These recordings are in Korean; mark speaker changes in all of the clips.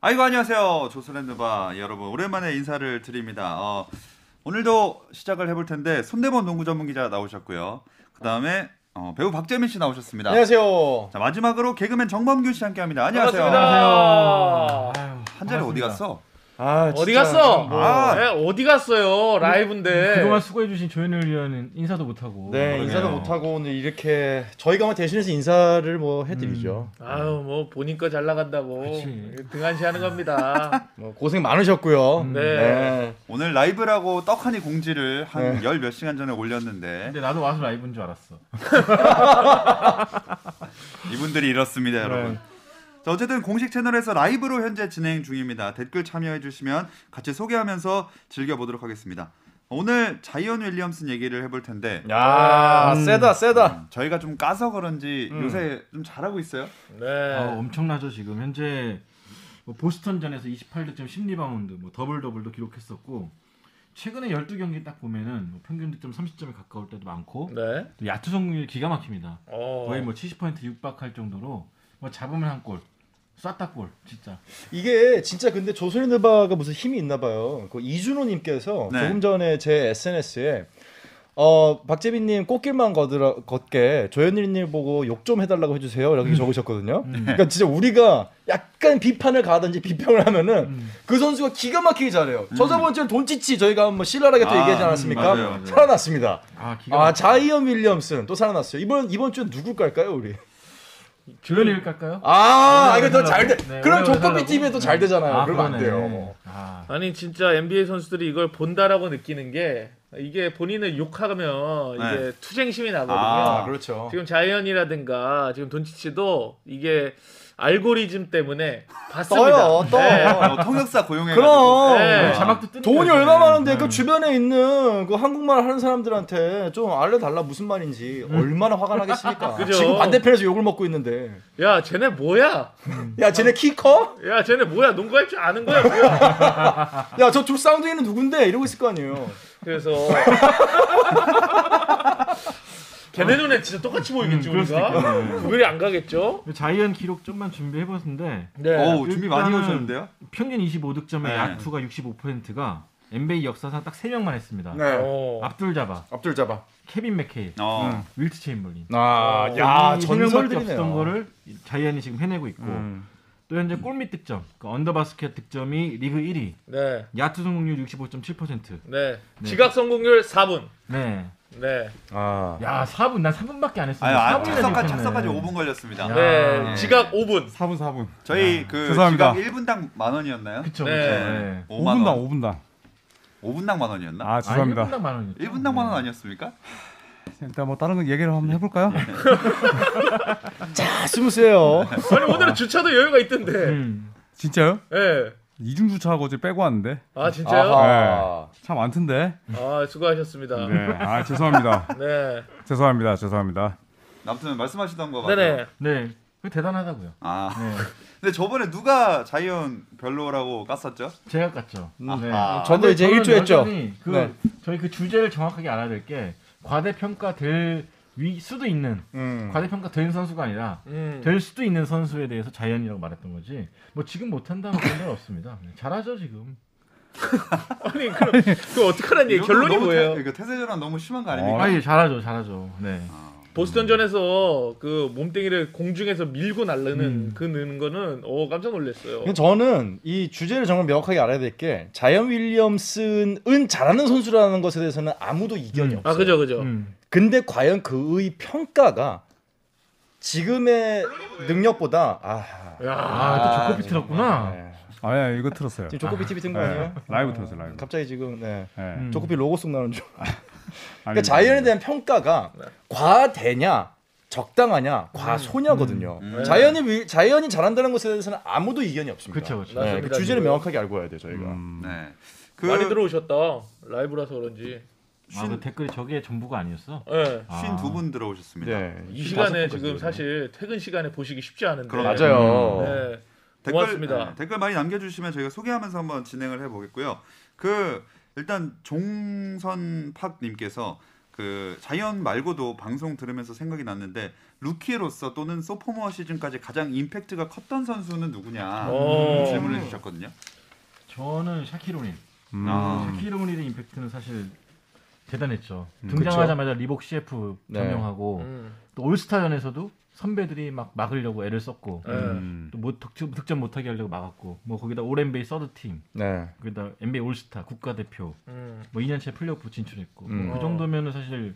Speaker 1: 아이고 안녕하세요 조선랜드바 여러분 오랜만에 인사를 드립니다. 어, 오늘도 시작을 해볼 텐데 손대범 농구 전문 기자 나오셨고요. 그 다음에 배우 박재민 씨 나오셨습니다.
Speaker 2: 안녕하세요.
Speaker 1: 자 마지막으로 개그맨 정범균 씨 함께합니다. 안녕하세요.
Speaker 3: 반갑습니다.
Speaker 1: 한 자리 어디 갔어?
Speaker 2: 아,
Speaker 3: 어디
Speaker 2: 진짜
Speaker 3: 갔어?
Speaker 2: 참
Speaker 1: 아.
Speaker 3: 네, 어디 갔어요? 라이브인데.
Speaker 4: 그동안 수고해주신 조현일 위원은 인사도 못하고
Speaker 2: 네
Speaker 1: 그러네요.
Speaker 2: 인사도 못하고 오늘 이렇게 저희가만 대신해서 인사를 뭐 해드리죠.
Speaker 3: 아유 뭐 보니까 잘 나간다고
Speaker 4: 그치.
Speaker 3: 등한시하는 겁니다.
Speaker 2: 뭐 고생 많으셨고요.
Speaker 3: 네.
Speaker 1: 오늘 라이브라고 떡하니 공지를 한 열 몇 시간 전에 올렸는데
Speaker 4: 근데 나도 와서 라이브인 줄 알았어
Speaker 1: 이분들이 이렇습니다, 여러분. 자, 어쨌든 공식 채널에서 라이브로 현재 진행 중입니다. 댓글 참여해 주시면 같이 소개하면서 즐겨 보도록 하겠습니다. 오늘 자이언 윌리엄슨 얘기를 해볼 텐데
Speaker 2: 야 세다 세다.
Speaker 1: 저희가 좀 까서 그런지 요새 좀 잘하고 있어요.
Speaker 3: 네.
Speaker 4: 아, 엄청나죠 지금 현재 뭐 보스턴전에서 28득점 10리바운드 뭐 더블 더블도 기록했었고 최근에 12경기 딱 보면은 뭐 평균 득점 30점에 가까울 때도 많고
Speaker 3: 네.
Speaker 4: 또 야투 성공률 기가 막힙니다
Speaker 3: 어.
Speaker 4: 거의 뭐 70% 육박할 정도로 뭐 잡으면 한골 쐈다 골 진짜
Speaker 2: 이게 진짜 근데 조선인 드바가 무슨 힘이 있나 봐요. 그 이준호님께서
Speaker 1: 네.
Speaker 2: 조금 전에 제 SNS에 어 박재빈님 꽃길만 걷으라, 걷게 조현일님 보고 욕 좀 해달라고 해주세요 이렇게 적으셨거든요. 그러니까 진짜 우리가 약간 비판을 가든지 비평을 하면은 그 선수가 기가 막히게 잘해요. 저 저번 주에 돈치치 저희가 한번 신랄하게 또
Speaker 1: 아,
Speaker 2: 얘기하지
Speaker 1: 음,
Speaker 2: 않았습니까?
Speaker 1: 맞아요, 맞아요.
Speaker 2: 살아났습니다.
Speaker 4: 아 기가
Speaker 2: 아
Speaker 4: 막혀
Speaker 2: 자이언 윌리엄슨 또 살아났어요. 이번 이번 주엔 누굴 깔까요 우리?
Speaker 4: 조현일 깔까요?
Speaker 2: 아, 아
Speaker 4: 오늘
Speaker 2: 이거 더
Speaker 4: 해달라고?
Speaker 2: 잘 돼.
Speaker 4: 네,
Speaker 2: 그럼
Speaker 4: 오늘
Speaker 2: 조커비
Speaker 4: 해달라고? 네.
Speaker 2: 팀이 또 잘 되잖아요. 그러면 안
Speaker 4: 그러네.
Speaker 2: 돼요. 뭐.
Speaker 4: 아
Speaker 3: 아니 진짜 NBA 선수들이 이걸 본다라고 느끼는 게 이게 본인을 욕하면 이게 투쟁심이 나거든요.
Speaker 1: 아,
Speaker 2: 그렇죠.
Speaker 3: 지금 자이언이라든가 지금 돈치치도 이게 알고리즘 때문에 봤습니다.
Speaker 2: 떠요, 떠.
Speaker 3: 네.
Speaker 1: 어, 통역사 고용해 가지고
Speaker 2: 그럼
Speaker 3: 네.
Speaker 4: 자막도 뜨니까
Speaker 2: 돈이
Speaker 4: 이제.
Speaker 2: 얼마 많은데 그
Speaker 5: 네.
Speaker 4: 음.
Speaker 2: 주변에 있는 그 한국말 하는 사람들한테 좀 알려달라 무슨 말인지
Speaker 5: 음.
Speaker 2: 얼마나 화가 나겠습니까?
Speaker 3: 그죠.
Speaker 2: 지금 반대편에서 욕을 먹고 있는데
Speaker 3: 야 쟤네 뭐야?
Speaker 5: 음.
Speaker 2: 야 쟤네 키 커?
Speaker 3: 야 쟤네 뭐야? 농구할 줄 아는 거야 뭐야?
Speaker 2: 야 저 두 쌍둥이는 누군데? 이러고 있을 거 아니에요.
Speaker 3: 그래서 걔네 눈에 진짜 똑같이 보이겠지
Speaker 4: 음, 그럴
Speaker 3: 우리가
Speaker 4: 수도 있겠네.
Speaker 3: 구별이 안 가겠죠?
Speaker 4: 자이언 기록 좀만 준비해봤는데
Speaker 3: 네.
Speaker 1: 오, 준비 많이
Speaker 4: 일단은
Speaker 1: 오셨는데요.
Speaker 4: 평균 25득점에
Speaker 1: 네.
Speaker 4: 야투가 65%가 NBA 역사상 딱 3명만 했습니다.
Speaker 2: 네.
Speaker 3: 어.
Speaker 4: 압둘 자바,
Speaker 2: 앞줄 잡아.
Speaker 4: 케빈 맥케일,
Speaker 1: 어.
Speaker 4: 윌트 체인벌린.
Speaker 2: 아,
Speaker 3: 어,
Speaker 2: 네. 야
Speaker 4: 이
Speaker 2: 전설들이네요. 음.
Speaker 4: 명밖에 없었던 거를 자이언이 지금 해내고 있고 또 현재 골밑 득점, 그 언더바스켓 득점이 리그 1위,
Speaker 3: 네.
Speaker 4: 야투 성공률 65.7%.
Speaker 3: 네. 지각 성공률 4분.
Speaker 4: 네.
Speaker 3: 네.
Speaker 2: 아,
Speaker 4: 야 4분 난 3분밖에 안
Speaker 1: 아유,
Speaker 4: 했습니다.
Speaker 1: 아,
Speaker 4: 4분이나
Speaker 1: 착석까지
Speaker 4: 기록했네.
Speaker 1: 착석까지 5분 걸렸습니다.
Speaker 4: 야.
Speaker 3: 네.
Speaker 4: 아.
Speaker 3: 지각 5분.
Speaker 5: 4분 4분.
Speaker 1: 저희 그
Speaker 5: 죄송합니다.
Speaker 1: 지각 1분당 만 원이었나요?
Speaker 4: 그쵸 그쵸.
Speaker 3: 네.
Speaker 4: 네.
Speaker 1: 5만
Speaker 5: 5분당
Speaker 1: 원.
Speaker 5: 5분당.
Speaker 1: 5분당 만 원이었나?
Speaker 5: 아 죄송합니다.
Speaker 4: 아, 1분당 만 원이죠.
Speaker 1: 1분당 만 원 아니었습니까?
Speaker 5: 일단 뭐 다른 거 얘기를 한번 해볼까요?
Speaker 2: 다 아, 스무스해요.
Speaker 3: 아니 오늘은 주차도 여유가 있던데.
Speaker 4: 음.
Speaker 5: 진짜요?
Speaker 3: 네.
Speaker 5: 이중 주차하고 어제 빼고 왔는데 네.
Speaker 3: 아 진짜요?
Speaker 2: 아하.
Speaker 5: 참 많던데.
Speaker 3: 아 수고하셨습니다. 네.
Speaker 5: 네. 아 죄송합니다.
Speaker 3: 네.
Speaker 5: 죄송합니다. 죄송합니다.
Speaker 1: 아무튼 말씀하시던 거 맞아요.
Speaker 3: 네네.
Speaker 4: 네. 그 대단하다고요.
Speaker 1: 아.
Speaker 4: 네.
Speaker 1: 근데 저번에 누가 자이언 별로라고 깠었죠?
Speaker 4: 제가 깠죠. 네.
Speaker 1: 아하.
Speaker 2: 저도 이제
Speaker 4: 저는
Speaker 2: 일조했죠.
Speaker 4: 여전히 그
Speaker 2: 네.
Speaker 4: 저희 그 주제를 정확하게 알아야 될 게 과대평가 될 위, 수도 있는
Speaker 2: 음.
Speaker 4: 과대평가 된 선수가 아니라
Speaker 3: 음.
Speaker 4: 될 수도 있는 선수에 대해서 자연이라고 말했던 거지. 뭐 지금 못한다는 그런 건 없습니다. 네, 잘하죠 지금.
Speaker 3: 아니 그럼 그 어떡하란 얘기?
Speaker 1: 이거는
Speaker 3: 결론이
Speaker 1: 너무
Speaker 3: 뭐예요?
Speaker 1: 태, 그 태세전환 너무 심한 거
Speaker 2: 어.
Speaker 1: 아닙니까?
Speaker 4: 아 예, 잘하죠, 잘하죠. 네.
Speaker 2: 아.
Speaker 3: 보스턴전에서 그 몸뚱이를 공중에서 밀고 날르는 그 느는 거는 어 깜짝 놀랐어요.
Speaker 2: 근데 저는 이 주제를 정말 명확하게 알아야 될 게 자이언 윌리엄슨은 잘하는 선수라는 것에 대해서는 아무도 이견이
Speaker 4: 음.
Speaker 3: 아
Speaker 2: 없어요.
Speaker 3: 그죠 그죠.
Speaker 4: 음.
Speaker 2: 근데 과연 그의 평가가 지금의 능력보다 아
Speaker 3: 야.
Speaker 4: 아또 조코비 틀었구나.
Speaker 2: 네.
Speaker 5: 아 예, 이거 틀었어요.
Speaker 2: 지금 조코비 TV 튼 거
Speaker 5: 네.
Speaker 2: 아니에요?
Speaker 5: 라이브
Speaker 2: 아,
Speaker 5: 틀었어요. 라이브.
Speaker 2: 갑자기 지금 네.
Speaker 5: 예.
Speaker 4: 음.
Speaker 2: 조코비 로고 속 나오는 중.
Speaker 5: 아닙니다.
Speaker 2: 그러니까 자이언에 대한 평가가 과대냐 적당하냐 과소냐거든요.
Speaker 1: 음.
Speaker 2: 자이언이 위- 자이언이 잘한다는 것에 대해서는 아무도 이견이 없습니다.
Speaker 4: 그렇죠, 그렇죠.
Speaker 2: 네, 그 주제를 명확하게 알고 와야 돼요 저희가.
Speaker 5: 음,
Speaker 1: 네.
Speaker 3: 많이
Speaker 1: 그
Speaker 3: 들어오셨다. 라이브라서
Speaker 2: 네.
Speaker 3: 그런지.
Speaker 4: 아, 그 댓글이 저게 전부가 아니었어.
Speaker 3: 예.
Speaker 1: 쉰 두 분 들어오셨습니다.
Speaker 2: 네,
Speaker 3: 이 시간에
Speaker 2: 25 까지
Speaker 3: 지금
Speaker 2: 들어요.
Speaker 3: 사실 퇴근 시간에 보시기 쉽지 않은데.
Speaker 1: 그럼
Speaker 2: 맞아요.
Speaker 3: 네.
Speaker 1: 댓글,
Speaker 3: 고맙습니다.
Speaker 1: 네, 댓글 많이 남겨주시면 저희가 소개하면서 한번 진행을 해보겠고요. 그 일단 종선팍님께서 그 자이언 말고도 방송 들으면서 생각이 났는데 루키로서 또는 소포머 시즌까지 가장 임팩트가 컸던 선수는 누구냐
Speaker 3: 오.
Speaker 1: 질문해 주셨거든요.
Speaker 4: 저는 샤키로닐.
Speaker 5: 음.
Speaker 1: 아.
Speaker 4: 샤키로닐의 임팩트는 사실 대단했죠.
Speaker 5: 음,
Speaker 4: 등장하자마자 리복 CF
Speaker 2: 네.
Speaker 4: 점령하고
Speaker 3: 음.
Speaker 4: 또 올스타전에서도 선배들이 막 막으려고 애를 썼고
Speaker 3: 네.
Speaker 5: 음.
Speaker 4: 또 못, 득- 득점 못하게 하려고 막았고 뭐 거기다 올 NBA 서드 팀
Speaker 2: 네.
Speaker 4: 거기다 NBA 올스타 국가대표
Speaker 3: 음.
Speaker 4: 뭐 2년차 플레이오프 진출했고
Speaker 2: 음.
Speaker 4: 뭐그 정도면은 사실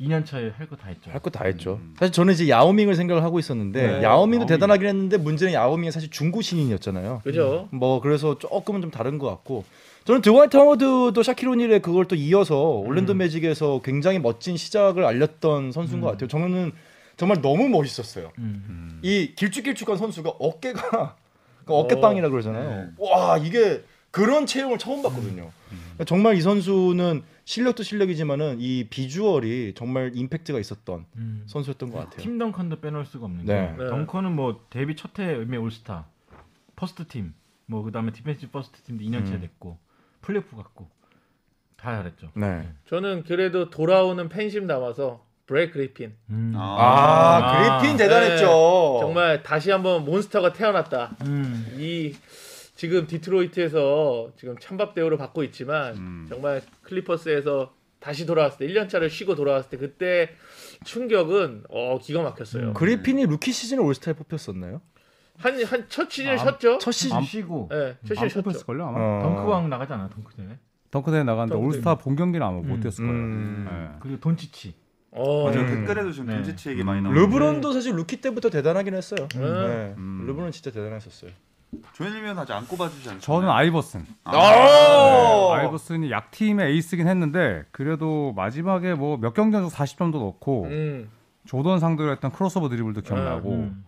Speaker 4: 2년차에 할 거 다 했죠.
Speaker 3: 아.
Speaker 2: 할 거 다 했죠. 사실 저는 이제 야오밍을 생각을 하고 있었는데
Speaker 4: 네.
Speaker 2: 야오밍도
Speaker 4: 야오밍.
Speaker 2: 대단하긴 했는데 문제는 야오밍이 사실 중고 신인이었잖아요.
Speaker 3: 그죠?
Speaker 2: 뭐 그래서 조금은 좀 다른 것 같고 저는 드와이트 하워드도 샤키로닐의 그걸 또 이어서 올랜도 매직에서 굉장히 멋진 시작을 알렸던 선수인 것 같아요. 저는 정말 너무 멋있었어요.
Speaker 4: 음.
Speaker 2: 이 길쭉길쭉한 선수가 어깨가 그 어깨빵이라 그러잖아요. 와 이게 그런 체형을 처음 봤거든요. 정말 이 선수는 실력도 실력이지만은 이 비주얼이 정말 임팩트가 있었던
Speaker 4: 음.
Speaker 2: 선수였던 것 같아요.
Speaker 4: 팀 덩컨도 빼놓을 수가 없는
Speaker 2: 네.
Speaker 4: 게
Speaker 3: 네.
Speaker 4: 덩컨은 뭐 데뷔 첫해 의미 올스타 퍼스트 팀 뭐 그다음에 디펜시 퍼스트 팀도 2년째
Speaker 2: 음.
Speaker 4: 됐고 플레이오프 갔고 다 잘했죠.
Speaker 2: 네.
Speaker 3: 저는 그래도 돌아오는 팬심 남아서 브레이크 그리핀
Speaker 4: 음.
Speaker 2: 아,
Speaker 4: 아,
Speaker 2: 그리핀
Speaker 3: 네.
Speaker 2: 대단했죠.
Speaker 3: 정말 다시 한번 몬스터가 태어났다.
Speaker 4: 음.
Speaker 3: 이 지금 디트로이트에서 지금 찬밥 대우를 받고 있지만
Speaker 5: 음.
Speaker 3: 정말 클리퍼스에서 다시 돌아왔을 때 1년차를 쉬고 돌아왔을 때 그때 충격은 어 기가 막혔어요.
Speaker 4: 음.
Speaker 2: 그리핀이 루키 시즌에 올스타에 뽑혔었나요?
Speaker 3: 한 한 첫 시즌
Speaker 4: 아,
Speaker 3: 쉬었죠?
Speaker 2: 첫 시즌.
Speaker 4: 안 쉬고
Speaker 3: 예, 첫 시즌
Speaker 5: 안
Speaker 3: 쉬었죠.
Speaker 5: 뽑혔을 걸요 아마.
Speaker 2: 어.
Speaker 4: 덩크왕 나가지 않아 덩크 전에
Speaker 5: 덩크대 나갔는데
Speaker 3: 덩크.
Speaker 5: 올스타 본 경기는 아마 못
Speaker 4: 음.
Speaker 5: 됐을 거예요.
Speaker 2: 음.
Speaker 5: 예.
Speaker 4: 그리고 돈치치
Speaker 3: 어,
Speaker 1: 맞아요.
Speaker 2: 음.
Speaker 1: 댓글에도 지금
Speaker 4: 네.
Speaker 1: 돈지치 얘기 많이 나오고.
Speaker 2: 르브론도 사실 루키 때부터 대단하긴 했어요.
Speaker 3: 음.
Speaker 2: 네.
Speaker 5: 음.
Speaker 2: 르브론 진짜 대단했었어요.
Speaker 1: 조현일면 아직 안 꼽아주지 않나요?
Speaker 5: 저는 아이버슨. 네,
Speaker 2: 아.
Speaker 5: 아이버슨이 약팀의 에이스긴 했는데 그래도 마지막에 뭐 몇 경기 연속 40점도 넣고
Speaker 3: 음.
Speaker 5: 조던 상대로 했던 크로스오버 드리블도 기억나고
Speaker 4: 음.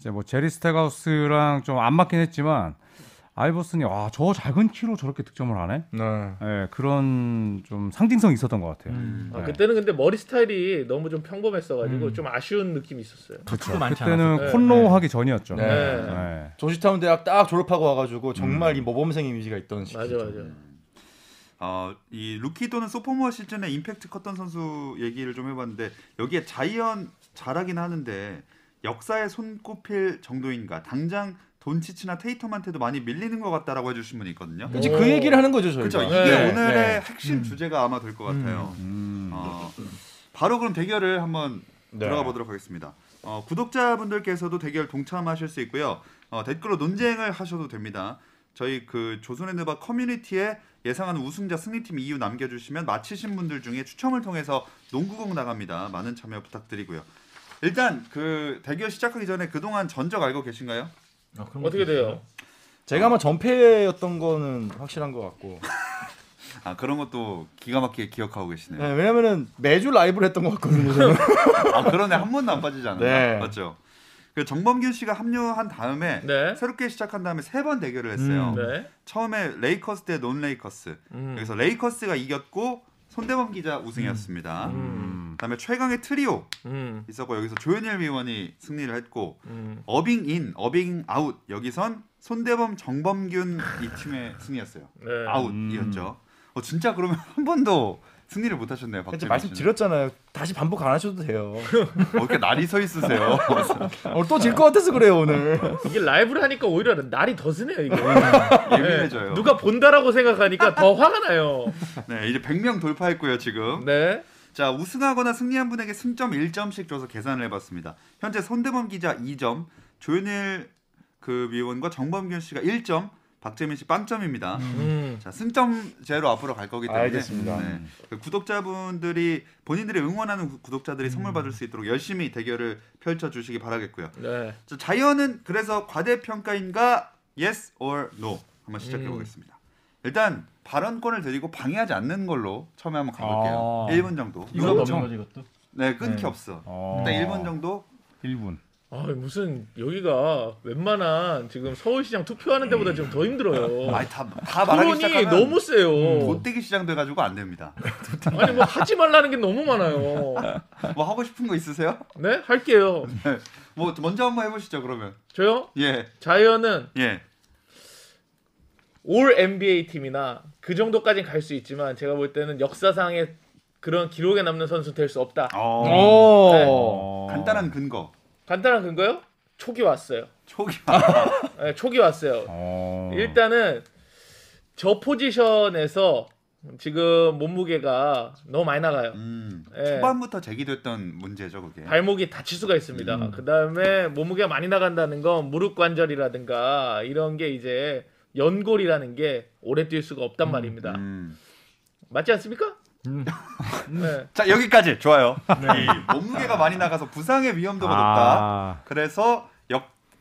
Speaker 5: 이제 뭐 제리 스테가우스랑 좀 안 맞긴 했지만 아이버슨이 아 저 작은 키로 저렇게 득점을 하네.
Speaker 2: 네.
Speaker 5: 예, 그런 좀 상징성이 있었던 것 같아요.
Speaker 4: 음.
Speaker 3: 아,
Speaker 5: 네.
Speaker 3: 그때는 근데 머리 스타일이 너무 좀 평범했어가지고
Speaker 4: 음.
Speaker 3: 좀 아쉬운 느낌이 있었어요.
Speaker 4: 덕후도 많지 않았어.
Speaker 5: 그때는
Speaker 3: 네,
Speaker 5: 콘로 하기 전이었죠.
Speaker 2: 네.
Speaker 5: 예.
Speaker 2: 조지타운 대학 딱 졸업하고 와가지고
Speaker 1: 음.
Speaker 2: 정말 이 모범생 이미지가 있던 시기.
Speaker 3: 맞아 맞아.
Speaker 1: 네. 어, 이 루키 또는 소포모어 시즌에 임팩트 컸던 선수 얘기를 좀 해봤는데 여기에 자이언 잘하긴 하는데 역사에 손꼽힐 정도인가 당장 돈치치나 테이텀한테도 많이 밀리는 것 같다라고 해주신 분이 있거든요.
Speaker 2: 이제 그 얘기를 하는 거죠 저희가.
Speaker 1: 그렇죠. 이게
Speaker 2: 네.
Speaker 1: 오늘의
Speaker 2: 네.
Speaker 1: 핵심 주제가 아마 될 것 같아요.
Speaker 5: 음.
Speaker 1: 어, 바로 그럼 대결을 한번
Speaker 2: 네.
Speaker 1: 들어가 보도록 하겠습니다. 어, 구독자분들께서도 대결 동참하실 수 있고요. 어, 댓글로 논쟁을 하셔도 됩니다. 저희 그 조선의 누바 커뮤니티에 예상하는 우승자 승리팀 이유 남겨주시면 맞히신 분들 중에 추첨을 통해서 농구공 나갑니다. 많은 참여 부탁드리고요. 일단 그 대결 시작하기 전에 그동안 전적 알고 계신가요?
Speaker 4: 아, 그런
Speaker 3: 음, 어떻게
Speaker 4: 것도 있어요.
Speaker 3: 돼요?
Speaker 2: 제가 아마 전패였던 거는 확실한 것 같고.
Speaker 1: 아 그런 것도 기가 막히게 기억하고 계시네요.
Speaker 2: 네, 왜냐면은 매주 라이브를 했던 것 같거든요. 저는.
Speaker 1: 아 그러네 한 번도 안 빠지지 않았나
Speaker 2: 네.
Speaker 1: 맞죠? 그 정범균 씨가 합류한 다음에
Speaker 3: 네.
Speaker 1: 새롭게 시작한 다음에 세 번 대결을 했어요.
Speaker 5: 음.
Speaker 3: 네.
Speaker 1: 처음에 레이커스 대 논 레이커스
Speaker 3: 음.
Speaker 1: 여기서 레이커스가 이겼고 손대범 기자 우승이었습니다.
Speaker 3: 음.
Speaker 1: 그다음에 최강의 트리오
Speaker 3: 음.
Speaker 1: 있었고 여기서 조현일 위원이 승리를 했고
Speaker 3: 음.
Speaker 1: 어빙 인, 어빙 아웃 여기선 손대범, 정범균 이 팀의 승리였어요.
Speaker 3: 네.
Speaker 2: 음.
Speaker 1: 아웃이었죠. 어 진짜 그러면 한 번도 승리를 못 하셨네요.
Speaker 2: 근데
Speaker 1: 박재민 씨는.
Speaker 2: 말씀드렸잖아요. 다시 반복 안 하셔도 돼요.
Speaker 1: 어, 이렇게 날이 서 있으세요.
Speaker 2: 오늘 또질 것 같아서 그래요 오늘.
Speaker 3: 이게 라이브를 하니까 오히려 날이 더 쓰네요 이게.
Speaker 1: 음. 예민해져요.
Speaker 3: 네. 누가 본다라고 생각하니까 더 화가 나요.
Speaker 1: 네, 이제 100명 돌파했고요, 지금.
Speaker 3: 네.
Speaker 1: 자, 우승하거나 승리한 분에게 승점 1점씩 줘서 계산을 해봤습니다. 현재 손대범 기자 2점, 조현일 그 위원과 정범균 씨가 1점, 박재민 씨 0점입니다.
Speaker 3: 음.
Speaker 1: 자, 승점 제로 앞으로 갈 거기 때문에
Speaker 2: 알겠습니다.
Speaker 1: 네, 그 구독자분들이 본인들이 응원하는 구- 구독자들이 선물 받을 수 있도록 열심히 대결을 펼쳐 주시기 바라겠고요.
Speaker 3: 네.
Speaker 1: 자, 자이언은 그래서 과대평가인가 yes or no 한번 시작해
Speaker 3: 음.
Speaker 1: 보겠습니다. 일단 발언권을 드리고 방해하지 않는 걸로 처음에 한번 가볼게요.
Speaker 5: 아.
Speaker 1: 1분 정도.
Speaker 4: 이거
Speaker 2: 그렇죠.
Speaker 1: 누가
Speaker 4: 넘는 거지 이것도?
Speaker 1: 네 끊기
Speaker 4: 네.
Speaker 1: 없어.
Speaker 5: 어.
Speaker 1: 일단 1분 정도.
Speaker 5: 1분.
Speaker 3: 아 무슨 여기가 웬만한 지금 서울시장 투표하는 데보다 지금 더 힘들어요.
Speaker 1: 음. 아니 다다 말하기
Speaker 3: 토론이
Speaker 1: 시작하면 음.
Speaker 3: 너무 세요.
Speaker 1: 못되기 시작돼가지고 안 됩니다.
Speaker 3: 아니 뭐 하지 말라는 게 너무 많아요.
Speaker 1: 뭐 하고 싶은 거 있으세요?
Speaker 3: 네 할게요.
Speaker 1: 뭐 먼저 한번 해보시죠 그러면.
Speaker 3: 저요
Speaker 1: 예
Speaker 3: 자이언은
Speaker 1: 예.
Speaker 3: 올 NBA 팀이나 그 정도까지 갈 수 있지만 제가 볼 때는 역사상의 그런 기록에 남는 선수 될 수 없다.
Speaker 1: 어,
Speaker 2: 오.
Speaker 1: 간단한 근거.
Speaker 3: 간단한 근거요? 촉이 왔어요.
Speaker 1: 초기
Speaker 3: 네, 촉이 왔어요.
Speaker 5: 어.
Speaker 3: 일단은 저 포지션에서 지금 몸무게가 너무 많이 나가요.
Speaker 1: 음,
Speaker 3: 예.
Speaker 1: 초반부터 제기됐던 문제죠 그게.
Speaker 3: 발목이 다칠 수가 있습니다. 그 다음에 몸무게가 많이 나간다는 건 무릎 관절이라든가 이런 게 이제 연골이라는 게 오래 뛸 수가 없단 말입니다.
Speaker 1: 음.
Speaker 3: 맞지 않습니까?
Speaker 2: 음.
Speaker 3: 네.
Speaker 1: 자 여기까지 좋아요. 이 몸무게가 많이 나가서 부상의 위험도가 높다.
Speaker 5: 아.
Speaker 1: 그래서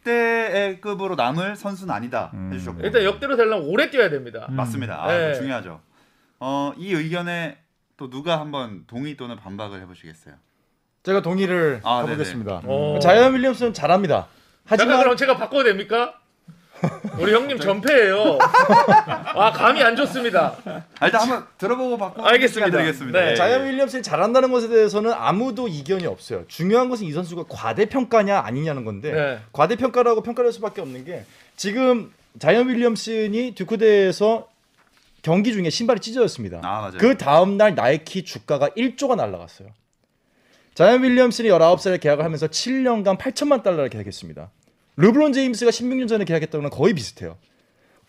Speaker 1: 역대의 급으로 남을 선수는 아니다 해주셨고
Speaker 3: 일단 역대로 되려면 오래 뛰어야 됩니다.
Speaker 2: 음.
Speaker 1: 맞습니다. 아,
Speaker 3: 네.
Speaker 1: 그거 중요하죠. 어, 이 의견에 또 누가 한번 동의 또는 반박을 해보시겠어요?
Speaker 2: 제가 동의를
Speaker 1: 아,
Speaker 2: 해보겠습니다.
Speaker 3: 네네. 오.
Speaker 2: 음. 자이언 윌리엄스는 잘합니다.
Speaker 3: 어. 잠깐
Speaker 2: 하지만
Speaker 3: 그럼 제가 바꿔도 됩니까? 우리 형님 전패예요. 아 감이 안 좋습니다.
Speaker 1: 아, 일단 한번 들어보고 바꾸고
Speaker 3: 알겠습니다.
Speaker 1: 시간 드리겠습니다. 예,
Speaker 3: 네.
Speaker 2: 자이언 윌리엄스는 잘한다는 것에 대해서는 아무도 이견이 없어요. 중요한 것은 이 선수가 과대평가냐 아니냐는 건데
Speaker 3: 네.
Speaker 2: 과대평가라고 평가를 할 수밖에 없는 게 지금 자이언 윌리엄슨이 듀크대에서 경기 중에 신발이 찢어졌습니다.
Speaker 1: 아, 맞아요.
Speaker 2: 그 다음 날 나이키 주가가 1조가 날라갔어요. 자이언 윌리엄슨이 19살에 계약을 하면서 7년간 8천만 달러를 계약했습니다. 르브론 제임스가 16년 전에 계약했던 거랑 거의 비슷해요.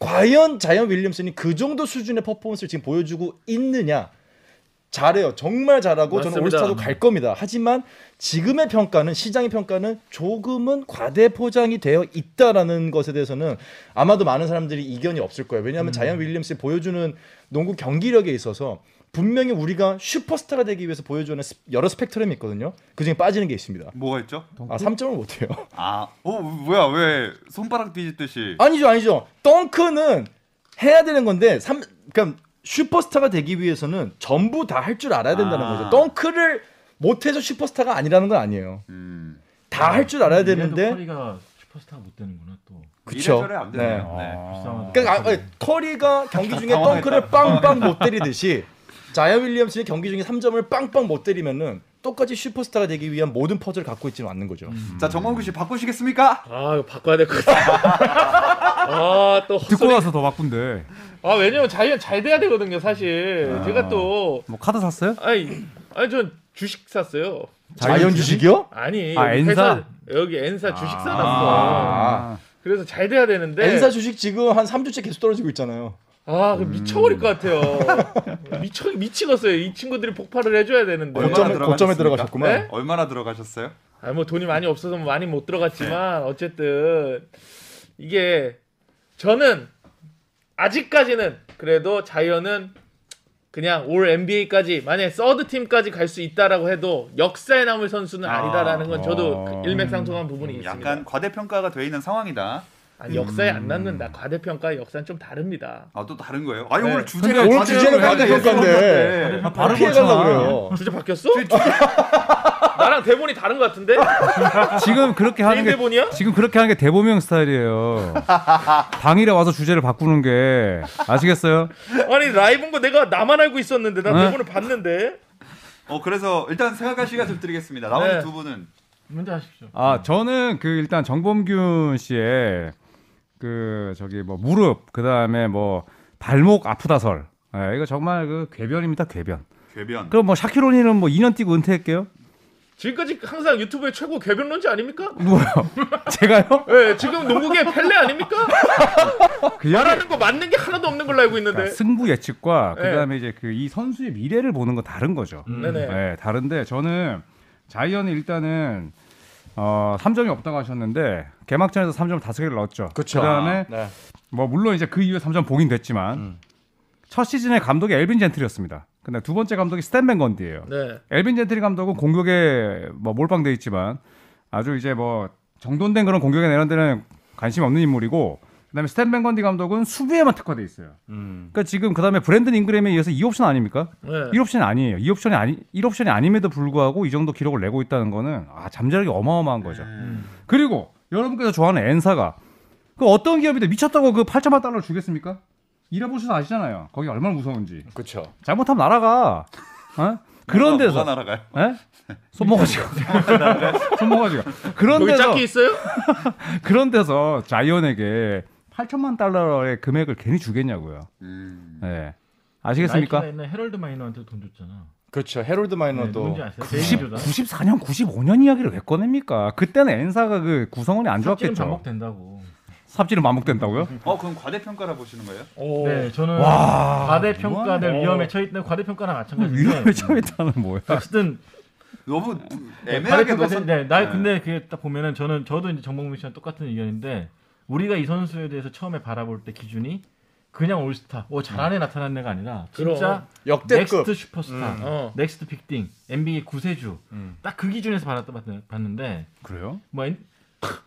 Speaker 2: 과연 자이언 윌리엄슨이 그 정도 수준의 퍼포먼스를 지금 보여주고 있느냐? 잘해요. 정말 잘하고 저는
Speaker 3: 맞습니다.
Speaker 2: 올스타도 갈 겁니다. 하지만 지금의 평가는 시장의 평가는 조금은 과대 포장이 되어 있다라는 것에 대해서는 아마도 많은 사람들이 이견이 없을 거예요. 왜냐하면
Speaker 3: 음.
Speaker 2: 자이언 윌리엄스 보여주는 농구 경기력에 있어서 분명히 우리가 슈퍼스타가 되기 위해서 보여주는 스- 여러 스펙트럼이 있거든요. 그중에 빠지는 게 있습니다.
Speaker 1: 뭐가 있죠?
Speaker 2: 아, 3점을 못 해요.
Speaker 1: 아, 어, 뭐야 왜 손바닥 뒤집듯이?
Speaker 2: 아니죠, 아니죠. 덩크는 해야 되는 건데 삼 그러니까 슈퍼스타가 되기 위해서는 전부 다 할 줄 알아야 된다는
Speaker 1: 아.
Speaker 2: 거죠. 덩크를 못 해서 슈퍼스타가 아니라는 건 아니에요.
Speaker 1: 음,
Speaker 2: 다 할 줄 알아야 되는데
Speaker 4: 커리가 슈퍼스타 가못 되는구나 또.
Speaker 2: 그쵸.
Speaker 1: 이래저래 안 되네요.
Speaker 5: 네.
Speaker 1: 네.
Speaker 4: 불쌍하다.
Speaker 2: 그러니까 아, 아니, 커리가 경기 중에
Speaker 1: 당황했다.
Speaker 2: 덩크를 빵빵 못 때리듯이 자이언 윌리엄슨이 경기 중에 3점을 빵빵 못 때리면은 똑같이 슈퍼스타가 되기 위한 모든 퍼즐을 갖고 있지는 않는 거죠.
Speaker 1: 자 정원구 씨 바꾸시겠습니까?
Speaker 3: 아 이거 바꿔야 될 것 같아. 아또
Speaker 5: 듣고 나서 더 바쁜데.
Speaker 3: 아 왜냐면 자이언 잘 돼야 되거든요 사실
Speaker 2: 아.
Speaker 3: 제가 또
Speaker 5: 뭐 카드 샀어요?
Speaker 3: 아니 아니 전 주식 샀어요
Speaker 2: 자이언 주식이요?
Speaker 3: 아니
Speaker 5: 아,
Speaker 3: 여기
Speaker 5: 엔사?
Speaker 3: 회사- 여기 엔사 주식 사놨어
Speaker 5: 아.
Speaker 3: 그래서 잘 돼야 되는데
Speaker 1: 네.
Speaker 2: 엔사 주식 지금 한 3주째 계속 떨어지고 있잖아요.
Speaker 3: 아 그거 미쳐버릴 것 같아요 미쳐 미치겠어요 이 친구들이 폭발을 해줘야 되는데
Speaker 1: 얼마나
Speaker 2: 고점에, 고점에
Speaker 1: 들어가셨습니까?
Speaker 2: 들어가셨구만.
Speaker 3: 네?
Speaker 1: 얼마나 들어가셨어요?
Speaker 3: 아 뭐 돈이 많이 없어서 많이 못 들어갔지만 어쨌든 이게 저는 아직까지는 그래도 자이언은 그냥 올 NBA까지 만약에 서드 팀까지 갈 수 있다라고 해도 역사에 남을 선수는
Speaker 1: 아, 음,
Speaker 3: 아니다라는 건 저도
Speaker 5: 어.
Speaker 3: 그 일맥상통한 부분이 있습니다.
Speaker 1: 약간 과대평가가 돼 있는 상황이다.
Speaker 3: 아니, 역사에 안 남는다. 과대평가 역사는 좀 다릅니다.
Speaker 1: 아 또 다른 거예요? 아니
Speaker 3: 네.
Speaker 1: 오늘 주제가
Speaker 2: 근데 오늘 주제는 과대평가인데.
Speaker 1: 아, 과대평가인데.
Speaker 5: 아, 바로
Speaker 2: 피해 가려고
Speaker 5: 고쳐.
Speaker 2: 그래요.
Speaker 3: 주제 바뀌었어? 나랑 대본이 다른 것 같은데?
Speaker 5: 지금 그렇게 하는
Speaker 3: 게임
Speaker 5: 게
Speaker 3: 대본이야?
Speaker 5: 지금 그렇게 하는 게 대보명 스타일이에요. 당일에 와서 주제를 바꾸는 게 아시겠어요?
Speaker 3: 아니 라이브인 거 내가 나만 알고 있었는데 나
Speaker 5: 네.
Speaker 3: 대본을 봤는데
Speaker 1: 어 그래서 일단 생각할 시간 좀 드리겠습니다. 나머지
Speaker 3: 네.
Speaker 1: 두 분은
Speaker 4: 먼저 하십시오.
Speaker 5: 아 저는 그 일단 정범균 씨의 그 저기 뭐 무릎 그 다음에 뭐 발목 아프다설. 예, 이거 정말 그 궤변입니다 궤변.
Speaker 1: 괴변.
Speaker 5: 그럼 뭐 샤키로니는 뭐 2년 뛰고 은퇴할게요.
Speaker 3: 지금까지 항상 유튜브의 최고 괴변론자 아닙니까?
Speaker 5: 뭐요? 제가요?
Speaker 3: 예, 지금 농구계 펠레 아닙니까?
Speaker 5: 그
Speaker 3: 말하는 거 맞는 게 하나도 없는 걸로 알고 있는데.
Speaker 5: 그러니까 승부 예측과
Speaker 3: 네. 음.
Speaker 5: 그다음에 이제 그 이 선수의 미래를 보는 건 다른 거죠.
Speaker 3: 네네.
Speaker 5: 네, 다른데 저는 자이언이 일단은 어, 3점이 없다고 하셨는데 개막전에서 3점 다섯 개를 넣었죠.
Speaker 2: 그쵸.
Speaker 5: 다음에
Speaker 2: 네.
Speaker 5: 뭐 물론 이제 그 이후에 3점 보긴 됐지만
Speaker 2: 음.
Speaker 5: 첫 시즌에 감독이 엘빈 젠틀이었습니다. 근데 두 번째 감독이 스탠맨 건디예요.
Speaker 3: 네.
Speaker 5: 엘빈 젠틀이 감독은 공격에 뭐 몰빵돼 있지만 아주 이제 뭐 정돈된 그런 공격에 내는 데는 관심 없는 인물이고 그다음에 스탠 밴건디 감독은 수비에만 특화돼 있어요.
Speaker 2: 음.
Speaker 5: 그러니까 지금 그다음에 브랜든 잉그램에 이어서 2옵션 아닙니까?
Speaker 3: 네.
Speaker 5: 1옵션이 아니에요. 2옵션이 아니 1옵션이 아님에도 불구하고 이 정도 기록을 내고 있다는 거는 아, 잠재력이 어마어마한 거죠.
Speaker 1: 음.
Speaker 5: 그리고 여러분께서 좋아하는 엔사가 그 어떤 기업인데 미쳤다고 그 8천만 달러를 주겠습니까? 일해보셔서 아시잖아요. 거기 얼마나 무서운지.
Speaker 2: 그렇죠.
Speaker 5: 잘못하면 날아가. 어? 그런
Speaker 1: 뭐가-
Speaker 5: 데서
Speaker 1: 뭐가 날아가요?
Speaker 5: 예? 손모가지가 손모가지가 그런
Speaker 3: 거기
Speaker 5: 데서
Speaker 3: 짝기 있어요?
Speaker 5: 그런 데서 자이언에게 8천만 달러의 금액을 괜히 주겠냐고요.
Speaker 1: 음.
Speaker 5: 예. 아시겠습니까?
Speaker 4: 나이키가 옛날 헤럴드 마이너한테 돈 줬잖아.
Speaker 2: 그렇죠. 헤롤드 마이너도
Speaker 4: 누군지 네, 아세요?
Speaker 5: 90, 94년, 95년 이야기를 왜 꺼냅니까? 그때는 엔사가 그 구성원이 안
Speaker 4: 삽질은
Speaker 5: 좋았겠죠.
Speaker 4: 반복된다고.
Speaker 5: 삽질은 반복된다고요?
Speaker 1: 어 그럼 과대평가라 보시는 거예요?
Speaker 3: 오.
Speaker 4: 네, 저는
Speaker 5: 와,
Speaker 4: 과대평가될
Speaker 2: 뭐하네.
Speaker 4: 위험에 처해있는 과대평가나
Speaker 5: 위험에
Speaker 4: 마찬가지인데
Speaker 5: 처했다는 뭐예요?
Speaker 4: 어쨌든
Speaker 1: 너무 애매하게
Speaker 4: 과대평가
Speaker 1: 넣어서
Speaker 4: 네, 나
Speaker 1: 네.
Speaker 4: 근데 그게 딱 보면은 저는 저도 이제 정몽민 씨랑 똑같은 의견인데 우리가 이 선수에 대해서 처음에 바라볼 때 기준이 그냥 올스타, 오 잘하네 나타난 애가 아니라 진짜
Speaker 2: 역대급.
Speaker 4: 넥스트 슈퍼스타,
Speaker 2: 음.
Speaker 3: 어.
Speaker 4: 넥스트 빅딩, NBA 구세주 딱 그 기준에서 받았던 봤는데
Speaker 5: 그래요?
Speaker 4: 뭐 엔...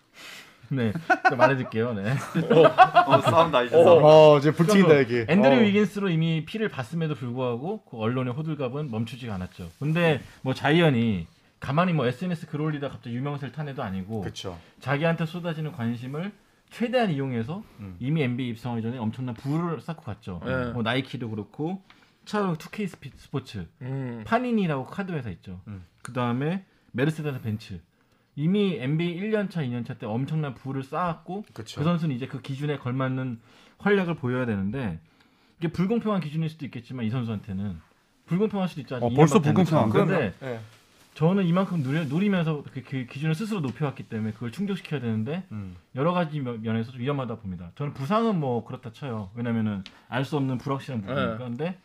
Speaker 4: 네, 또 말해줄게요. 네.
Speaker 1: 어, 싸움 나 이제
Speaker 3: 어.
Speaker 1: 싸움.
Speaker 2: 어, 이제 불튀긴다 얘기.
Speaker 4: 앤드류
Speaker 2: 어.
Speaker 4: 위긴스로 이미 피를 봤음에도 불구하고 그 언론의 호들갑은 멈추지가 않았죠. 근데 뭐 자이언이 가만히 뭐 SNS 글 올리다 갑자기 유명세를 탄 애도 아니고
Speaker 2: 그렇죠.
Speaker 4: 자기한테 쏟아지는 관심을 최대한 이용해서
Speaker 2: 음. 예.
Speaker 4: 이미 NBA 입성하기 전에 엄청난 부를 쌓고 갔죠.
Speaker 3: 네.
Speaker 4: 뭐 나이키도 그렇고 차로 2K 스피- 스포츠,
Speaker 3: 음.
Speaker 4: 파니니라고 카드 회사 있죠.
Speaker 2: 음.
Speaker 4: 그 다음에 메르세데스 벤츠 이미 NBA 1년차, 2년차 때 엄청난 부를 쌓았고
Speaker 2: 그렇죠.
Speaker 4: 그 선수는 이제 그 기준에 걸맞는 활약을 보여야 되는데 이게 불공평한 기준일 수도 있겠지만 이 선수한테는 불공평할 수도 있죠. 아직
Speaker 5: 어,
Speaker 4: 2년밖에
Speaker 5: 벌써
Speaker 4: 안 됐지만.
Speaker 5: 불공평한
Speaker 4: 근데
Speaker 2: 예.
Speaker 4: 저는 이만큼 누려, 누리면서 그, 그 기준을 스스로 높여왔기 때문에 그걸 충족시켜야 되는데
Speaker 2: 음.
Speaker 4: 여러 가지 면- 면에서 좀 위험하다 봅니다. 저는 부상은 뭐 그렇다 쳐요. 왜냐면은 알 수 없는 불확실한 부분이니까.
Speaker 3: 네.
Speaker 4: 근데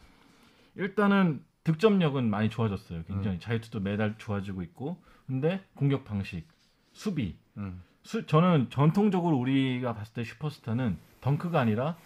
Speaker 4: 일단은 득점력은 많이 좋아졌어요. 굉장히
Speaker 5: 음.
Speaker 4: 자유투도 매달 좋아지고 있고. 근데 공격 방식, 수비.
Speaker 2: 음.
Speaker 4: 수, 저는 전통적으로 우리가 봤을 때 슈퍼스타는 덩크가 아니라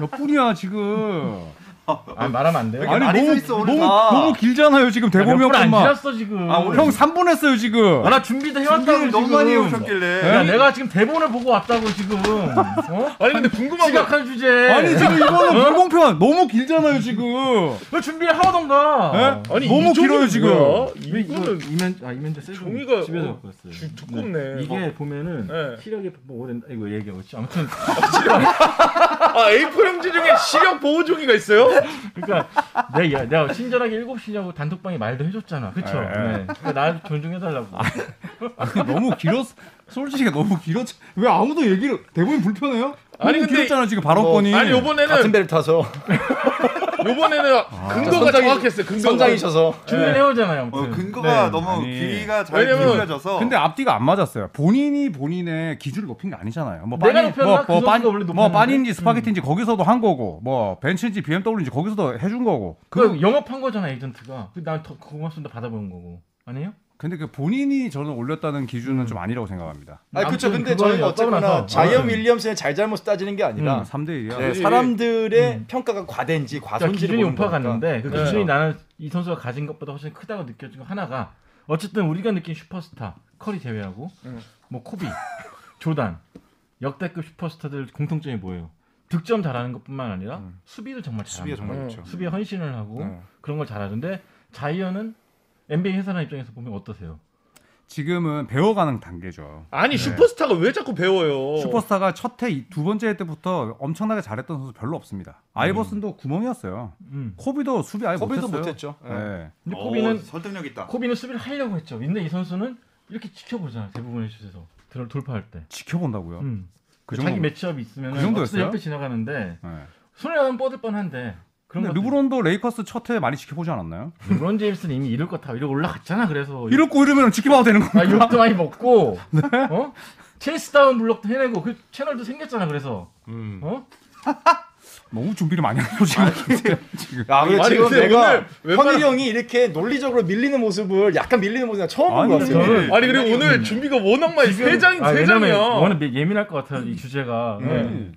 Speaker 5: 몇 분이야 지금?
Speaker 4: 아, 말하면 안 돼요.
Speaker 1: 되게 많이
Speaker 5: 너무,
Speaker 1: 써 있어, 오늘
Speaker 5: 너무,
Speaker 1: 다.
Speaker 5: 너무 길잖아요 지금
Speaker 4: 몇분안
Speaker 5: 대본명만.
Speaker 4: 지났어 지금.
Speaker 1: 아,
Speaker 5: 형 3분 했어요 지금.
Speaker 4: 아, 나 준비도 해왔다고
Speaker 1: 준비를
Speaker 4: 지금. 네.
Speaker 1: 너무 많이
Speaker 4: 야,
Speaker 1: 해오셨길래
Speaker 4: 내가 지금 대본을 보고 왔다고 지금. 어?
Speaker 3: 아니 근데 궁금한 게
Speaker 4: 심각한 주제.
Speaker 5: 아니 지금 이거는 불공평. 너무 길잖아요 지금.
Speaker 4: 왜 준비를 하던가.
Speaker 5: 예?
Speaker 3: 아니
Speaker 5: 너무
Speaker 3: 이 종이는
Speaker 5: 길어요 지금.
Speaker 3: 뭐야?
Speaker 4: 어. 이거
Speaker 3: 이거는
Speaker 4: 이면 아 이면대 세
Speaker 3: 종이가-
Speaker 4: 집에서
Speaker 3: 어,
Speaker 4: 갖고 왔어요.
Speaker 3: 주- 두껍네.
Speaker 4: 네. 이게 보면은
Speaker 3: 네.
Speaker 4: 시력이 뭐 오랜 이거 얘기하고지 아무튼
Speaker 3: 아 A4 용지 중에 시력 보호 종이가 있어요?
Speaker 4: 그러니까 내가 야, 내가 친절하게 일곱 시냐고 단톡방에 말도 해줬잖아. 그쵸?
Speaker 5: 네.
Speaker 4: 네. 그러니까 나 존중해달라고.
Speaker 5: 그러니까 너무 길어. 솔직히 너무 길어. 왜 아무도 얘기를 대본이 불편해요?
Speaker 3: 아니,
Speaker 5: 아니
Speaker 3: 근데-
Speaker 5: 길었잖아 지금 발언권이.
Speaker 3: 아니 요번에는
Speaker 2: 같은 배를 타서
Speaker 3: 요번에는 근거가
Speaker 2: 선장이-
Speaker 3: 정확했어요. 근거가.
Speaker 2: 성장이셔서
Speaker 4: 준비를 해오잖아요. 아무튼.
Speaker 1: 어, 근거가
Speaker 4: 네.
Speaker 1: 너무
Speaker 5: 아니.
Speaker 1: 길이가 잘
Speaker 3: 왜냐면-
Speaker 1: 기울여져서
Speaker 5: 근데 앞뒤가 안 맞았어요. 본인이 본인의 기준을 높인 게 아니잖아요. 뭐
Speaker 4: 내가
Speaker 5: 빠니-
Speaker 4: 높였나?
Speaker 5: 뭐,
Speaker 4: 그
Speaker 5: 뭐,
Speaker 4: 선수가
Speaker 5: 빠니-
Speaker 4: 원래
Speaker 5: 뭐
Speaker 4: 높였는데? 음.
Speaker 5: 빠니인지 스파게티인지 거기서도 한 거고, 뭐 벤츠인지 BMW인지 거기서도 해준 거고.
Speaker 4: 그
Speaker 5: 그
Speaker 4: 영업한 거잖아 에이전트가. 그 난더 고맙습니다 받아본 거고. 아니에요?
Speaker 5: 근데 그 본인이 저는 올렸다는 기준은 좀 아니라고 생각합니다.
Speaker 2: 아 그렇죠
Speaker 4: 아무튼
Speaker 2: 근데
Speaker 4: 그거는
Speaker 2: 저는
Speaker 4: 엿보고
Speaker 2: 어쨌거나
Speaker 4: 나서.
Speaker 2: 자이언
Speaker 4: 음.
Speaker 2: 윌리엄슨의 잘잘못 따지는 게 아니라
Speaker 5: 음, 3대 1이야.
Speaker 2: 네, 사람들의 평가가 과대인지
Speaker 4: 자,
Speaker 2: 과소인지
Speaker 4: 그러니까 기준이 높아갔는데 그
Speaker 3: 네.
Speaker 4: 기준이 나는 이 선수가 가진 것보다 훨씬 크다고 느껴진 거 하나가 어쨌든 우리가 느낀 슈퍼스타 커리 제외하고
Speaker 3: 음.
Speaker 4: 뭐 코비, 조단 역대급 슈퍼스타들 공통점이 뭐예요? 득점 잘하는 것뿐만 아니라 수비도 정말
Speaker 2: 수비가
Speaker 1: 어,
Speaker 4: 잘합니다.
Speaker 2: 정말
Speaker 3: 음.
Speaker 2: 좋죠.
Speaker 4: 수비에 헌신을 하고
Speaker 2: 네.
Speaker 4: 그런 걸 잘하는데 자이언은 NBA 회사람 입장에서 보면 어떠세요?
Speaker 5: 지금은 배워가는 단계죠.
Speaker 3: 아니 슈퍼스타가 왜 자꾸 배워요?
Speaker 5: 슈퍼스타가 첫해두 번째 해 때부터 엄청나게 잘했던 선수 별로 없습니다. 아이버슨도 구멍이었어요.
Speaker 4: 음.
Speaker 5: 코비도 수비 아예
Speaker 2: 코비도
Speaker 5: 못했어요.
Speaker 2: 못했죠. 예.
Speaker 5: 네.
Speaker 4: 근데
Speaker 1: 어,
Speaker 4: 코비는
Speaker 1: 설득력 있다.
Speaker 4: 코비는 수비를 하려고 했죠. 근데 이 선수는 이렇게 지켜보잖아. 대부분의 슛에서 들- 돌파할 때.
Speaker 5: 지켜본다고요.
Speaker 4: 음.
Speaker 5: 그
Speaker 4: 자기
Speaker 5: 정도.
Speaker 4: 매치업이 있으면
Speaker 5: 그 정도였어요?
Speaker 4: 옆에 지나가는데
Speaker 5: 네.
Speaker 4: 손에 가면 뻗을 뻔한데 그런
Speaker 5: 근데
Speaker 4: 것
Speaker 5: 르브론도 레이커스 첫해 많이 지켜보지 않았나요?
Speaker 4: 같아요. 르브론 제임스는 이미 이럴 거다 이러고 올라갔잖아. 그래서
Speaker 5: 이렇고 이러면 네. 지켜봐도 되는
Speaker 4: 아,
Speaker 5: 겁니다.
Speaker 4: 욕도 많이 먹고 어? 체스 다운 블록도 해내고 그 채널도 생겼잖아. 그래서
Speaker 2: 음.
Speaker 4: 어?
Speaker 5: 너무 준비를 많이 하고
Speaker 2: 아,
Speaker 5: 지금. 지금.
Speaker 2: 야, 근데
Speaker 3: 아니,
Speaker 2: 지금
Speaker 3: 근데
Speaker 2: 내가
Speaker 3: 오늘 웬만한-
Speaker 2: 현일이 형이 이렇게 논리적으로 밀리는 모습을 약간 밀리는 모습을 처음 본 것
Speaker 5: 아니,
Speaker 2: 같아요.
Speaker 5: 저는-
Speaker 3: 아니 그리고 오늘 준비가 워낙 많이 세 장이
Speaker 4: 아,
Speaker 3: 세
Speaker 4: 왜냐면
Speaker 3: 장이야.
Speaker 4: 워낙 미- 예민할 것 같아요. 이 주제가. 네.
Speaker 5: 네.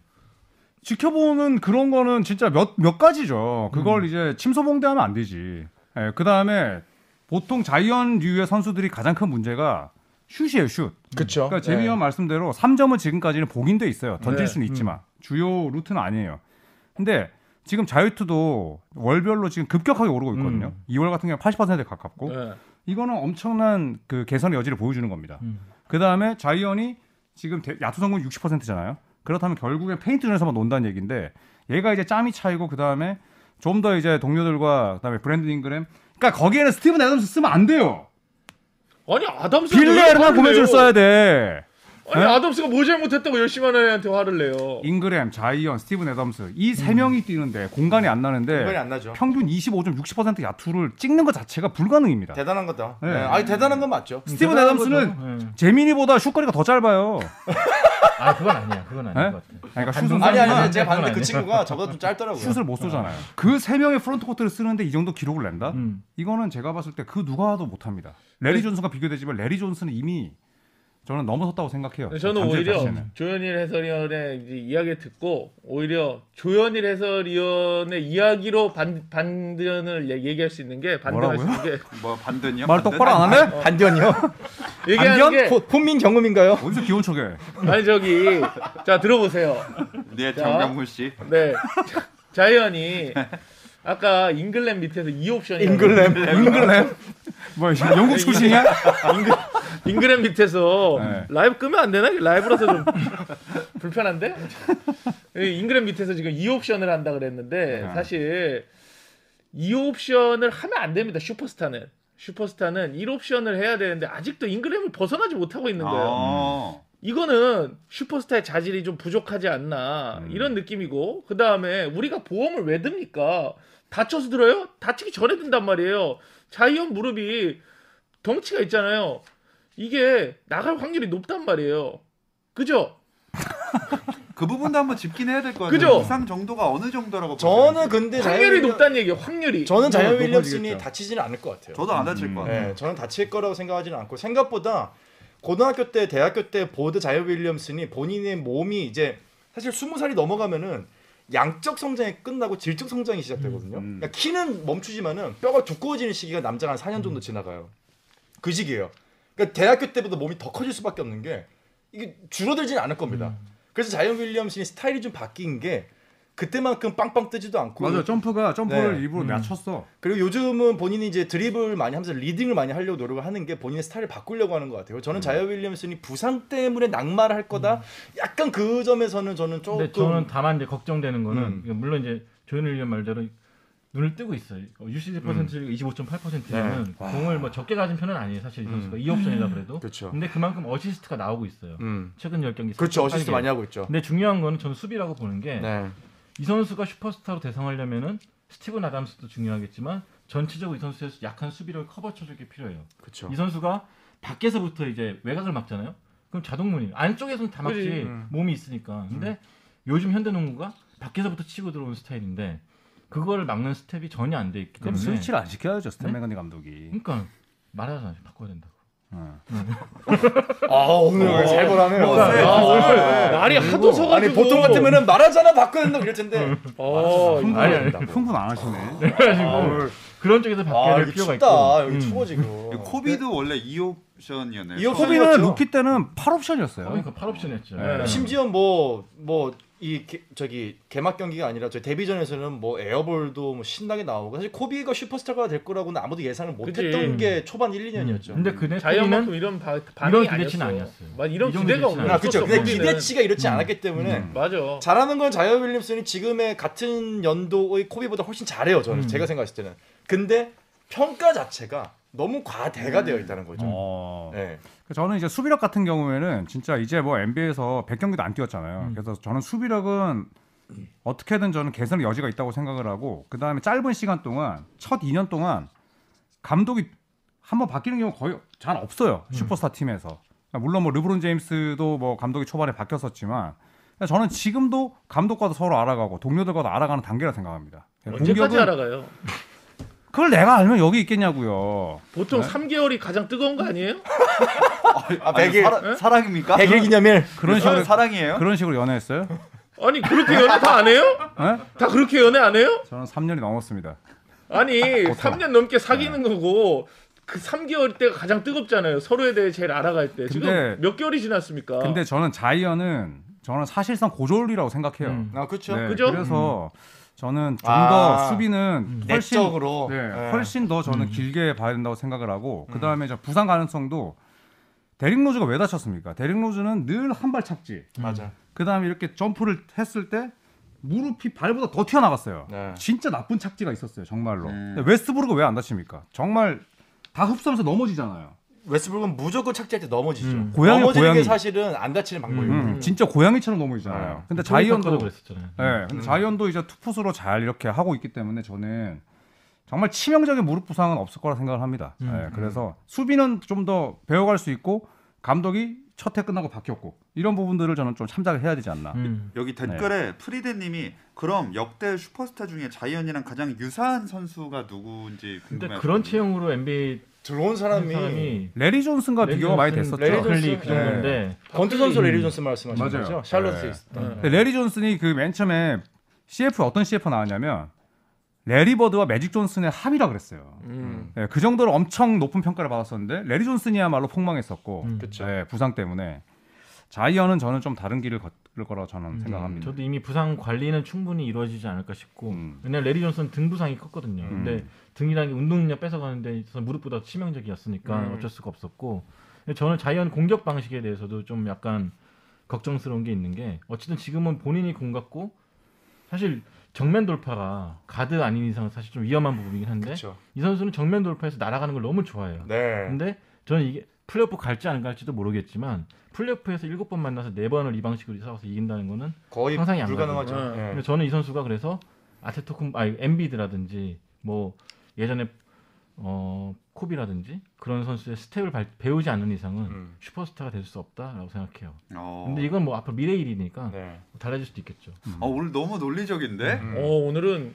Speaker 5: 지켜보는 그런 거는 진짜 몇, 몇 가지죠. 그걸
Speaker 2: 음.
Speaker 5: 이제 침소봉대하면 안 되지. 그 다음에 보통 자이언류의 선수들이 가장 큰 문제가 슛이에요, 슛.
Speaker 2: 그렇죠.
Speaker 5: 그러니까 제미 형 말씀대로 3점은 지금까지는 복인돼 있어요. 던질
Speaker 3: 네.
Speaker 5: 수는 있지만 주요 루트는 아니에요. 근데 지금 자유투도 월별로 지금 급격하게 오르고 있거든요. 2월 같은 경우 80%에 가깝고
Speaker 3: 음. 네.
Speaker 5: 이거는 엄청난 그 개선의 여지를 보여주는 겁니다.
Speaker 4: 음.
Speaker 5: 그 다음에 자이언이 지금 대- 야투 성공 60%잖아요. 그렇다면 결국에 페인트존에서만 논다는 얘기인데 얘가 이제 짬이 차이고 그 다음에 좀 더 이제 동료들과 그다음에 브랜든 잉그램 그러니까 거기에는 스티븐 애덤스 쓰면 안 돼요.
Speaker 3: 아니 아담스
Speaker 5: 빌레르만 고민줄 써야 돼.
Speaker 3: 아니
Speaker 5: 네?
Speaker 3: 아담스가 뭘 잘못했다고 열심히 하는 애한테 화를 내요.
Speaker 5: 잉그램, 자이언, 스티븐 애덤스 이 세 명이 뛰는데 공간이 안
Speaker 1: 네.
Speaker 5: 나는데
Speaker 6: 공간이 안 나죠.
Speaker 5: 평균 25.60% 야투를 찍는 것 자체가 불가능입니다.
Speaker 6: 대단한 거다.
Speaker 5: 네.
Speaker 6: 네. 아니 대단한 건 맞죠.
Speaker 5: 스티븐
Speaker 4: 대단한
Speaker 5: 애덤스는
Speaker 4: 거죠. 예.
Speaker 5: 재민이보다 슛거리가 더 짧아요.
Speaker 4: 아 그건 아니야. 그건 아닌
Speaker 5: 네?
Speaker 4: 것 같아.
Speaker 5: 그러니까 슛은
Speaker 4: 감독-
Speaker 6: 아니 아니
Speaker 4: 아니,
Speaker 6: 아니, 제가
Speaker 4: 그건
Speaker 6: 봤는데 그
Speaker 4: 아니에요.
Speaker 6: 친구가 저보다 좀 짧더라고요. 어.
Speaker 5: 슛을 못 쏘잖아요. 그 세 명의 프론트 코트를 쓰는데 이 정도 기록을 낸다?
Speaker 4: 음.
Speaker 5: 이거는 제가 봤을 때 그 누가 와도 못합니다.
Speaker 6: 네.
Speaker 5: 레리 존슨과 비교되지만 레리 존슨은 이미 저는 넘어섰다고 생각해요.
Speaker 3: 네, 저는
Speaker 5: 잠실
Speaker 3: 오히려
Speaker 5: 자체는.
Speaker 3: 조현일 해설위원의 이제 이야기를 듣고 오히려 조현일 해설위원의 이야기로 반 반전을 얘기- 얘기할 수 있는 게 반전할 수 있는 게
Speaker 1: 뭐
Speaker 6: 네,
Speaker 1: 반든이요?
Speaker 5: 말 똑바로 안 할래?
Speaker 2: 반전이요?
Speaker 3: 얘기하는 게
Speaker 2: 고- 국민 경험인가요?
Speaker 5: 어디서 기운 척해?
Speaker 3: 아니 저기 자 들어보세요.
Speaker 1: 네, 정강훈 씨.
Speaker 6: 아,
Speaker 3: 네 자- 자이언이 아까 잉글랜드 밑에서 이 옵션이
Speaker 6: 네,
Speaker 5: 잉글랜? 뭐 영국 출신이야?
Speaker 3: 잉글랜 밑에서
Speaker 5: 네.
Speaker 3: 라이브 끄면 안 되나? 라이브라서 좀 불편한데? 이 잉글랜 밑에서 지금 이 옵션을 한다 그랬는데
Speaker 5: 네.
Speaker 3: 사실 이 옵션을 하면 안 됩니다. 슈퍼스타는 슈퍼스타는 1 옵션을 해야 되는데 아직도 잉글랜을 벗어나지 못하고 있는 거예요.
Speaker 1: 아,
Speaker 3: 이거는 슈퍼스타의 자질이 좀 부족하지 않나 이런 느낌이고 그 다음에 우리가 보험을 왜 듭니까? 다쳐서 들어요? 다치기 전에 든단 말이에요. 자이언 무릎이 덩치가 있잖아요. 이게 나갈 확률이 높단 말이에요. 그죠?
Speaker 1: 그 부분도 한번 짚긴 해야 될 것 같아요.
Speaker 3: 그죠?
Speaker 1: 이상 정도가 어느 정도라고
Speaker 2: 저는 그-
Speaker 1: 보세요?
Speaker 2: 근데
Speaker 3: 확률이
Speaker 2: 자이언
Speaker 3: 높다는 얘기예요. 확률이.
Speaker 2: 저는 자이언
Speaker 4: 높아지겠죠.
Speaker 2: 윌리엄슨이 다치지는 않을 것 같아요.
Speaker 1: 저도 안 다칠 것 같아요.
Speaker 2: 네, 저는 다칠 거라고 생각하지는 않고 생각보다 고등학교 때, 대학교 때 보드 자이언 윌리엄슨이 본인의 몸이 이제 사실 20살이 넘어가면은 양적 성장이 끝나고 질적 성장이 시작되거든요.
Speaker 1: 음.
Speaker 2: 그러니까 키는 멈추지만은 뼈가 두꺼워지는 시기가 남자가 한 4년 정도 지나가요. 그 시기예요. 그러니까 대학교 때보다 몸이 더 커질 수밖에 없는 게 이게 줄어들지는 않을 겁니다. 그래서 자이언 윌리엄슨이 스타일이 좀 바뀐 게 그때만큼 빵빵 뜨지도 않고
Speaker 5: 맞아 점프가 점프를
Speaker 2: 네.
Speaker 5: 일부러 낮췄어.
Speaker 2: 그리고 요즘은 본인이 이제 드리블 많이 하면서 리딩을 많이 하려고 노력을 하는 게 본인의 스타일을 바꾸려고 하는 것 같아요.
Speaker 4: 음.
Speaker 2: 저는 자이어 윌리엄슨이 부상 때문에 낙마를 할 거다. 약간 그 점에서는 저는 조금
Speaker 4: 근데 저는 다만 이제 걱정되는 거는
Speaker 2: 음.
Speaker 4: 이게 물론 이제 조현일 의원 말대로 눈을 뜨고 있어요. 어,
Speaker 2: 음.
Speaker 4: 61%가 25.8%면 공을 뭐 적게 가진 편은 아니에요. 사실 이 선수가 이 옵션이라 그래도.
Speaker 2: 네. 그렇죠.
Speaker 4: 근데 그만큼 어시스트가 나오고 있어요.
Speaker 2: 음.
Speaker 4: 최근 10경기.
Speaker 2: 그렇죠. 어시스트 많이 하고 있죠.
Speaker 4: 근데 중요한 거는 저는 수비라고 보는 게 이
Speaker 2: 네.
Speaker 4: 선수가 슈퍼스타로 대성하려면은 스티븐 아담스도 중요하겠지만 전체적으로 이 선수의 약한 수비를 커버 쳐줄 게 필요해요.
Speaker 2: 그렇죠.
Speaker 4: 이 선수가 밖에서부터 이제 외곽을 막잖아요. 그럼 자동문이 안쪽에서는 다 막지
Speaker 3: 그지.
Speaker 2: 음.
Speaker 4: 몸이 있으니까. 근데 요즘 현대농구가 밖에서부터 치고 들어오는 스타일인데 그걸 막는 스텝이 전혀 안 돼 있기
Speaker 5: 그럼
Speaker 4: 때문에
Speaker 5: 스위치를 안 시켜야죠 스탠
Speaker 4: 네?
Speaker 5: 맥건니 감독이.
Speaker 4: 그러니까 말하잖아 바꿔야 된다고.
Speaker 5: 어.
Speaker 2: 아 오늘 잘 보라네요.
Speaker 4: 뭐,
Speaker 1: 어, 네.
Speaker 3: 아,
Speaker 1: 아,
Speaker 3: 오늘
Speaker 1: 네.
Speaker 3: 날이 하도 서가지고
Speaker 2: 아니 보통 같으면은 말하잖아 바꿔야 된다 이럴 텐데.
Speaker 3: 어,
Speaker 5: 흥분,
Speaker 4: 음. 아니, 아니.
Speaker 5: 흥분 안 하시네.
Speaker 4: 그래가지고 아, 그런 쪽에서 바뀌어야
Speaker 2: 아
Speaker 4: 될
Speaker 2: 여기
Speaker 4: 필요가
Speaker 2: 아, 춥다.
Speaker 4: 있고.
Speaker 2: 여기
Speaker 4: 음.
Speaker 2: 추워 지금.
Speaker 1: 코비도 원래 2옵션이었네요.
Speaker 2: 이 옵션-
Speaker 5: 코비는
Speaker 2: 그렇죠.
Speaker 5: 루키 때는 8옵션이었어요.
Speaker 4: 그러니까 팔 옵션이었죠.
Speaker 5: 네.
Speaker 4: 네.
Speaker 2: 심지어 뭐 뭐 이 저기 개막 경기가 아니라 저 데뷔전에서는 뭐 에어볼도 뭐 신나게 나오고 사실 코비가 슈퍼스타가 될 거라고는 아무도 예상을
Speaker 3: 그치.
Speaker 2: 못했던 게 초반 1, 2년이었죠.
Speaker 4: 근데 그네
Speaker 3: 자이언만큼
Speaker 4: 코비는
Speaker 3: 이런 바, 반응이
Speaker 4: 기대치는
Speaker 3: 아니었어.
Speaker 4: 아니었어요.
Speaker 3: 막 이런
Speaker 4: 이 정도
Speaker 3: 기대가
Speaker 4: 기대치는
Speaker 3: 음. 없는
Speaker 2: 아 그렇죠. 근데 기대치가 이렇지
Speaker 4: 음.
Speaker 2: 않았기 때문에
Speaker 5: 네.
Speaker 3: 맞아.
Speaker 2: 잘하는 건 자이어 윌리엄슨이 지금의 같은 연도의 코비보다 훨씬 잘해요. 저는
Speaker 4: 음.
Speaker 2: 제가 생각했을 때는. 근데 평가 자체가 너무 과대가 되어 있다는 거죠.
Speaker 5: 어.
Speaker 2: 네.
Speaker 5: 그래서 저는 이제 수비력 같은 경우에는 진짜 이제 뭐 NBA에서 100경기도 안 뛰었잖아요.
Speaker 4: 음.
Speaker 5: 그래서 저는 수비력은 어떻게든 저는 개선의 여지가 있다고 생각을 하고 그 다음에 짧은 시간 동안 첫 2년 동안 감독이 한번 바뀌는 경우 거의 잘 없어요
Speaker 3: 음.
Speaker 5: 슈퍼스타 팀에서 그러니까 물론 뭐 르브론 제임스도 뭐 감독이 초반에 바뀌었었지만 그냥 저는 지금도 감독과도 서로 알아가고 동료들과도 알아가는 단계라 생각합니다.
Speaker 3: 언제까지
Speaker 5: 공격은
Speaker 3: 알아가요?
Speaker 5: 그걸 내가 알면 여기 있겠냐고요.
Speaker 3: 보통 3개월이 가장 뜨거운 거 아니에요?
Speaker 2: 아
Speaker 1: 아니,
Speaker 2: 100일
Speaker 1: 사랑- 사랑입니까?
Speaker 2: 100일 기념일.
Speaker 5: 그런 식으로
Speaker 1: 사랑이에요?
Speaker 5: 그런 식으로 연애했어요?
Speaker 3: 아니 그렇게 연애 다 안 해요?
Speaker 5: 예?
Speaker 3: 다 그렇게 연애 안 해요?
Speaker 5: 저는 3년이 넘었습니다.
Speaker 3: 아니 3년 넘게 사귀는 거고 그 3개월 때가 가장 뜨겁잖아요. 서로에 대해 제일 알아갈 때.
Speaker 5: 근데-
Speaker 3: 지금 몇 개월이
Speaker 2: 어.
Speaker 3: 지났습니까?
Speaker 5: 근데 저는 자이언은 저는 사실상 고졸이라고 생각해요.
Speaker 4: 음.
Speaker 2: 아 그렇죠.
Speaker 5: 네,
Speaker 3: 그죠?
Speaker 5: 그래서 저는 좀 더
Speaker 2: 아.
Speaker 5: 수비는 훨씬
Speaker 2: 내적으로
Speaker 5: 네,
Speaker 2: 네.
Speaker 5: 훨씬 더 저는 길게 봐야 된다고 생각을 하고 그 다음에 저 부상 가능성도 데릭 로즈가 왜 다쳤습니까? 데릭 로즈는 늘 한 발 착지.
Speaker 2: 맞아.
Speaker 5: 그 다음에 이렇게 점프를 했을 때 무릎이 발보다 더 튀어나갔어요.
Speaker 2: 네.
Speaker 5: 진짜 나쁜 착지가 있었어요, 정말로.
Speaker 1: 음.
Speaker 5: 근데 웨스트브루가 왜 안 다칩니까? 정말 다 흡수하면서 넘어지잖아요.
Speaker 2: 웨스브룩은 무조건 착지할 때 넘어지죠.
Speaker 4: 음.
Speaker 5: 고양이야,
Speaker 2: 넘어지는
Speaker 5: 고양이.
Speaker 2: 게 사실은 안 다치는 방법이에요.
Speaker 5: 음, 진짜 고양이처럼 넘어지잖아요.
Speaker 2: 네.
Speaker 5: 근데
Speaker 4: 도
Speaker 5: 자이언도
Speaker 4: 그랬었잖아요.
Speaker 5: 예, 근데 자이언도 이제 투풋으로 잘 이렇게 하고 있기 때문에 저는 정말 치명적인 무릎 부상은 없을 거라 생각을 합니다.
Speaker 4: 음,
Speaker 5: 예, 그래서 수비는 좀 더 배워갈 수 있고 감독이 첫 해 끝나고 바뀌었고 이런 부분들을 저는 좀 참작을 해야 되지 않나.
Speaker 4: 음.
Speaker 1: 여기 댓글에 프리데님이 그럼 역대 슈퍼스타 중에 자이언이랑 가장 유사한 선수가 누구인지 궁금해.
Speaker 4: 근데 그런 체형으로 NBA
Speaker 2: 들어온
Speaker 4: 사람이,
Speaker 2: 사람이,
Speaker 4: 사람이
Speaker 5: 레리 존슨과
Speaker 4: 레리
Speaker 5: 비교가 많이
Speaker 4: 존슨,
Speaker 5: 됐었죠.
Speaker 4: 레리
Speaker 5: 레리,
Speaker 4: 존슨 그 정도인데
Speaker 7: 권투 선수 레리 존슨 말씀하신
Speaker 5: 맞아요.
Speaker 7: 거죠? 샬럿
Speaker 5: 네.
Speaker 7: 세이스.
Speaker 5: 레리 존슨이 그 맨 처음에 CF 어떤 CF 나왔냐면 레리 버드와 매직 존슨의 합이라 그랬어요.
Speaker 3: 음.
Speaker 5: 예, 그 정도로 엄청 높은 평가를 받았었는데 레리 존슨이야말로 폭망했었고
Speaker 4: 음.
Speaker 2: 그쵸.
Speaker 5: 예, 부상 때문에 자이언은 저는 좀 다른 길을 걸을 거라고 저는
Speaker 3: 음.
Speaker 5: 생각합니다.
Speaker 4: 저도 이미 부상 관리는 충분히 이루어지지 않을까 싶고
Speaker 5: 음.
Speaker 4: 왜냐면 레리 존슨 등 부상이 컸거든요. 근데 등이라는 게 운동 능력 뺏어가는데 있어서 무릎보다 치명적이었으니까
Speaker 3: 음.
Speaker 4: 어쩔 수가 없었고 근데 저는 자이언 공격 방식에 대해서도 좀 약간 걱정스러운 게 있는 게 어쨌든 지금은 본인이 공 같고 사실 정면 돌파가 가드 아닌 이상은 사실 좀 위험한 부분이긴 한데
Speaker 2: 그렇죠.
Speaker 4: 이 선수는 정면 돌파해서 날아가는 걸 너무 좋아해요.
Speaker 2: 네.
Speaker 4: 근데 저는 이게 플레이오프 갈지 안 갈지도 모르겠지만 플레이오프에서 일곱 번 만나서 네번을이 방식으로 싸워서 이긴다는 거는
Speaker 2: 거의
Speaker 4: 상상이 안
Speaker 2: 불가능하죠.
Speaker 3: 가죠.
Speaker 2: 예.
Speaker 4: 근데 저는 이 선수가 그래서 아테토쿤 아니 엠비드라든지 뭐 예전에 어 코비라든지 그런 선수의 스텝을 발- 배우지 않는 이상은
Speaker 2: 음.
Speaker 4: 슈퍼스타가 될 수 없다라고 생각해요.
Speaker 1: 어.
Speaker 4: 근데 이건 뭐 앞으로 미래 일이니까
Speaker 2: 네.
Speaker 4: 달라질 수도 있겠죠.
Speaker 1: 아, 오늘 너무 논리적인데?
Speaker 3: 어, 오늘은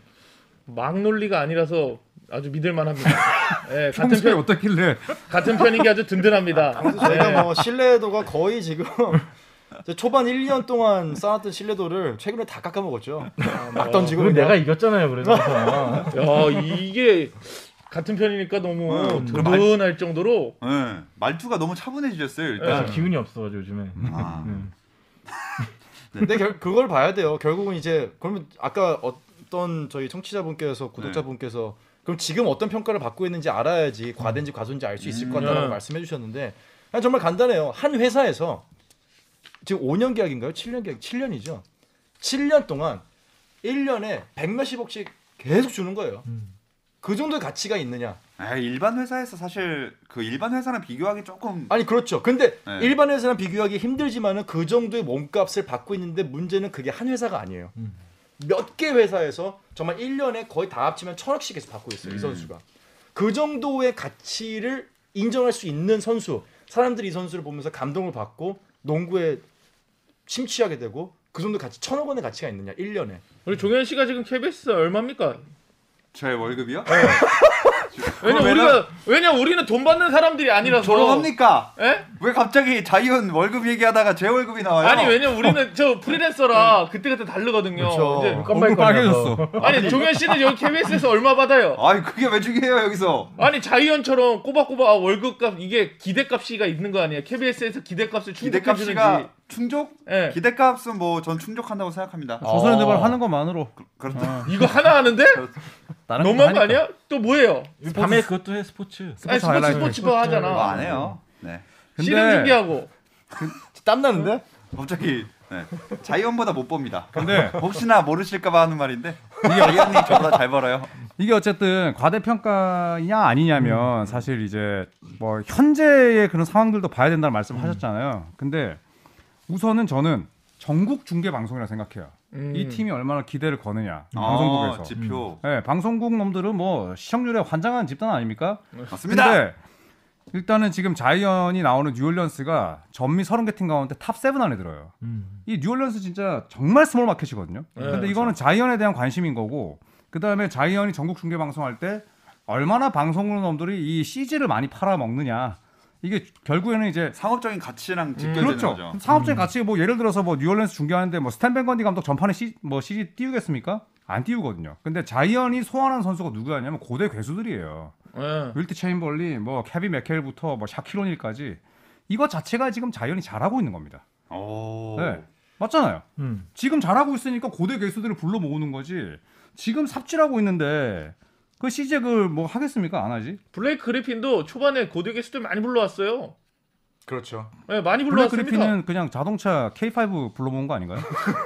Speaker 3: 막 논리가 아니라서 아주 믿을만합니다. 예, 같은
Speaker 5: 평소에
Speaker 3: 편
Speaker 5: 어떻길래
Speaker 3: 같은 편인 게 아주 든든합니다.
Speaker 2: 저희가 뭐 신뢰도가 거의 지금 이제 초반 1, 2년 동안 쌓았던 신뢰도를 최근에 다 깎아먹었죠. 어. 막 던지고
Speaker 4: 그럼
Speaker 2: 그냥.
Speaker 4: 내가 이겼잖아요. 그래서 항상.
Speaker 3: 어, 야 이게 같은 편이니까 너무
Speaker 1: 음,
Speaker 3: 든든할 정도로
Speaker 1: 예, 말투가 너무 차분해지셨어요,
Speaker 4: 그래서
Speaker 1: 일단.
Speaker 4: 기운이 없어가지고 요즘에.
Speaker 1: 아.
Speaker 4: 음.
Speaker 2: 근데 결, 그걸 봐야 돼요. 결국은 이제 그러면 아까 어떤 저희 청취자분께서 구독자분께서
Speaker 3: 네.
Speaker 2: 그럼 지금 어떤 평가를 받고 있는지 알아야지 과대인지 과소인지 알 수 있을 것 같다고
Speaker 3: 음.
Speaker 2: 말씀해 주셨는데 그냥 정말 간단해요. 한 회사에서 지금 5년 계약인가요? 7년 계약? 7년이죠. 7년 동안 1년에 100 몇십억씩 계속 주는 거예요.
Speaker 3: 음.
Speaker 2: 그 정도의 가치가 있느냐?
Speaker 1: 에이, 일반 회사에서 사실 그 일반 회사랑 비교하기 조금
Speaker 2: 아니 그렇죠. 근데
Speaker 1: 네.
Speaker 2: 일반 회사랑 비교하기 힘들지만은 그 정도의 몸값을 받고 있는데 문제는 그게 한 회사가 아니에요. 몇 개 회사에서 정말 1년에 거의 다 합치면 천억씩 계속 받고 있어요. 이 선수가. 그 정도의 가치를 인정할 수 있는 선수. 사람들이 이 선수를 보면서 감동을 받고 농구에 심취하게 되고 그 정도 가치 천억 원의 가치가 있느냐 1년에.
Speaker 3: 우리 종현 씨가 지금 KBS 얼마입니까?
Speaker 1: 제 월급이요?
Speaker 3: 왜냐
Speaker 1: 그럼 음,
Speaker 3: 우리가 왜냐 우리는 돈 받는 사람들이 아니라서
Speaker 1: 졸업합니까?
Speaker 3: 예?
Speaker 1: 왜 갑자기 자이언 월급 얘기하다가 제 월급이 나와요?
Speaker 3: 아니 왜냐 우리는 저 프리랜서라 그때그때 다르거든요.
Speaker 2: 그렇죠.
Speaker 3: 이제
Speaker 5: 얼굴 빨개졌어.
Speaker 3: 아니 종현 씨는 여기 KBS에서 얼마 받아요?
Speaker 1: 아니, 그게 왜 중요해요, 여기서?
Speaker 3: 아니 자이언처럼 꼬박꼬박 아, 월급값 이게 기대값이가 있는 거 아니에요? KBS에서 기대값을 충족해주는지.
Speaker 1: 기대값이가 충족?
Speaker 3: 예.
Speaker 1: 기대값은 뭐 전 충족한다고
Speaker 5: 아.
Speaker 1: 생각합니다.
Speaker 3: 어.
Speaker 5: 조선현대발 하는 것만으로
Speaker 1: 그렇다.
Speaker 3: 이거 하나 하는데
Speaker 5: 나는
Speaker 3: 너무한 거 아니야? 또 뭐예요?
Speaker 4: 밤에 그것도 해 스포츠.
Speaker 3: 아니
Speaker 5: 스포츠
Speaker 3: 스포츠
Speaker 5: 하이라이트. 아,
Speaker 3: 스포츠도
Speaker 1: 뭐안
Speaker 3: 하잖아.
Speaker 1: 해요. 네.
Speaker 3: 씨름
Speaker 5: 근데
Speaker 3: 경기하고.
Speaker 2: 땀 나는데?
Speaker 1: 갑자기 네. 자이언보다 못 봅니다.
Speaker 5: 근데
Speaker 1: 혹시나 모르실까봐 하는 말인데 자이언이 저보다 잘 벌어요.
Speaker 5: 이게 어쨌든 과대평가냐
Speaker 3: 음.
Speaker 5: 아니냐면 사실 이제 뭐 현재의 그런 상황들도 봐야 된다는
Speaker 3: 음.
Speaker 5: 말씀을 하셨잖아요. 근데 우선은 저는 전국 중계 방송이라 생각해요.
Speaker 3: 음.
Speaker 5: 이 팀이 얼마나 기대를 거느냐
Speaker 1: 아,
Speaker 5: 음, 방송국에서.
Speaker 1: 지표
Speaker 5: 예, 방송국 놈들은 뭐 시청률에 환장한 집단 아닙니까?
Speaker 1: 맞습니다.
Speaker 5: 음. 근데 일단은 지금 자이언이 나오는 뉴올리언스가 전미 30개 팀 가운데 탑7 안에 들어요.
Speaker 4: 음.
Speaker 5: 이 뉴올리언스 진짜 정말 스몰
Speaker 1: 네,
Speaker 5: 마켓이거든요.
Speaker 1: 그렇죠.
Speaker 5: 근데 이거는 자이언에 대한 관심인 거고 그다음에 자이언이 전국 중계 방송할 때 얼마나 방송국 놈들이 이 CG를 많이 팔아 먹느냐. 이게 결국에는 이제
Speaker 1: 상업적인 가치랑 직결되는
Speaker 5: 그렇죠.
Speaker 1: 거죠.
Speaker 5: 상업적인 가치 뭐 예를 들어서 뭐 뉴올리언스 중계하는데 뭐 스탠 벤건디 감독 전판에 시, 뭐 CG 띄우겠습니까? 안 띄우거든요. 근데 자이언이 소환한 선수가 누구냐면 고대 괴수들이에요.
Speaker 3: 예.
Speaker 5: 윌트 체인벌린, 뭐 캐비 맥켈부터 뭐 샤키로닐까지 이거 자체가 지금 자이언이 잘하고 있는 겁니다.
Speaker 1: 오.
Speaker 5: 네. 맞잖아요.
Speaker 4: 음.
Speaker 5: 지금 잘하고 있으니까 고대 괴수들을 불러 모으는 거지. 지금 삽질하고 있는데 그 시잭을 뭐 하겠습니까? 안 하지.
Speaker 3: 블레이크 그리핀도 초반에 고대 게스트를 많이 불러왔어요.
Speaker 2: 그렇죠.
Speaker 3: 예, 많이
Speaker 5: 블랙
Speaker 3: 불러왔습니다.
Speaker 5: 그리핀은 그냥 자동차 K5 불러 모은 거 아닌가요?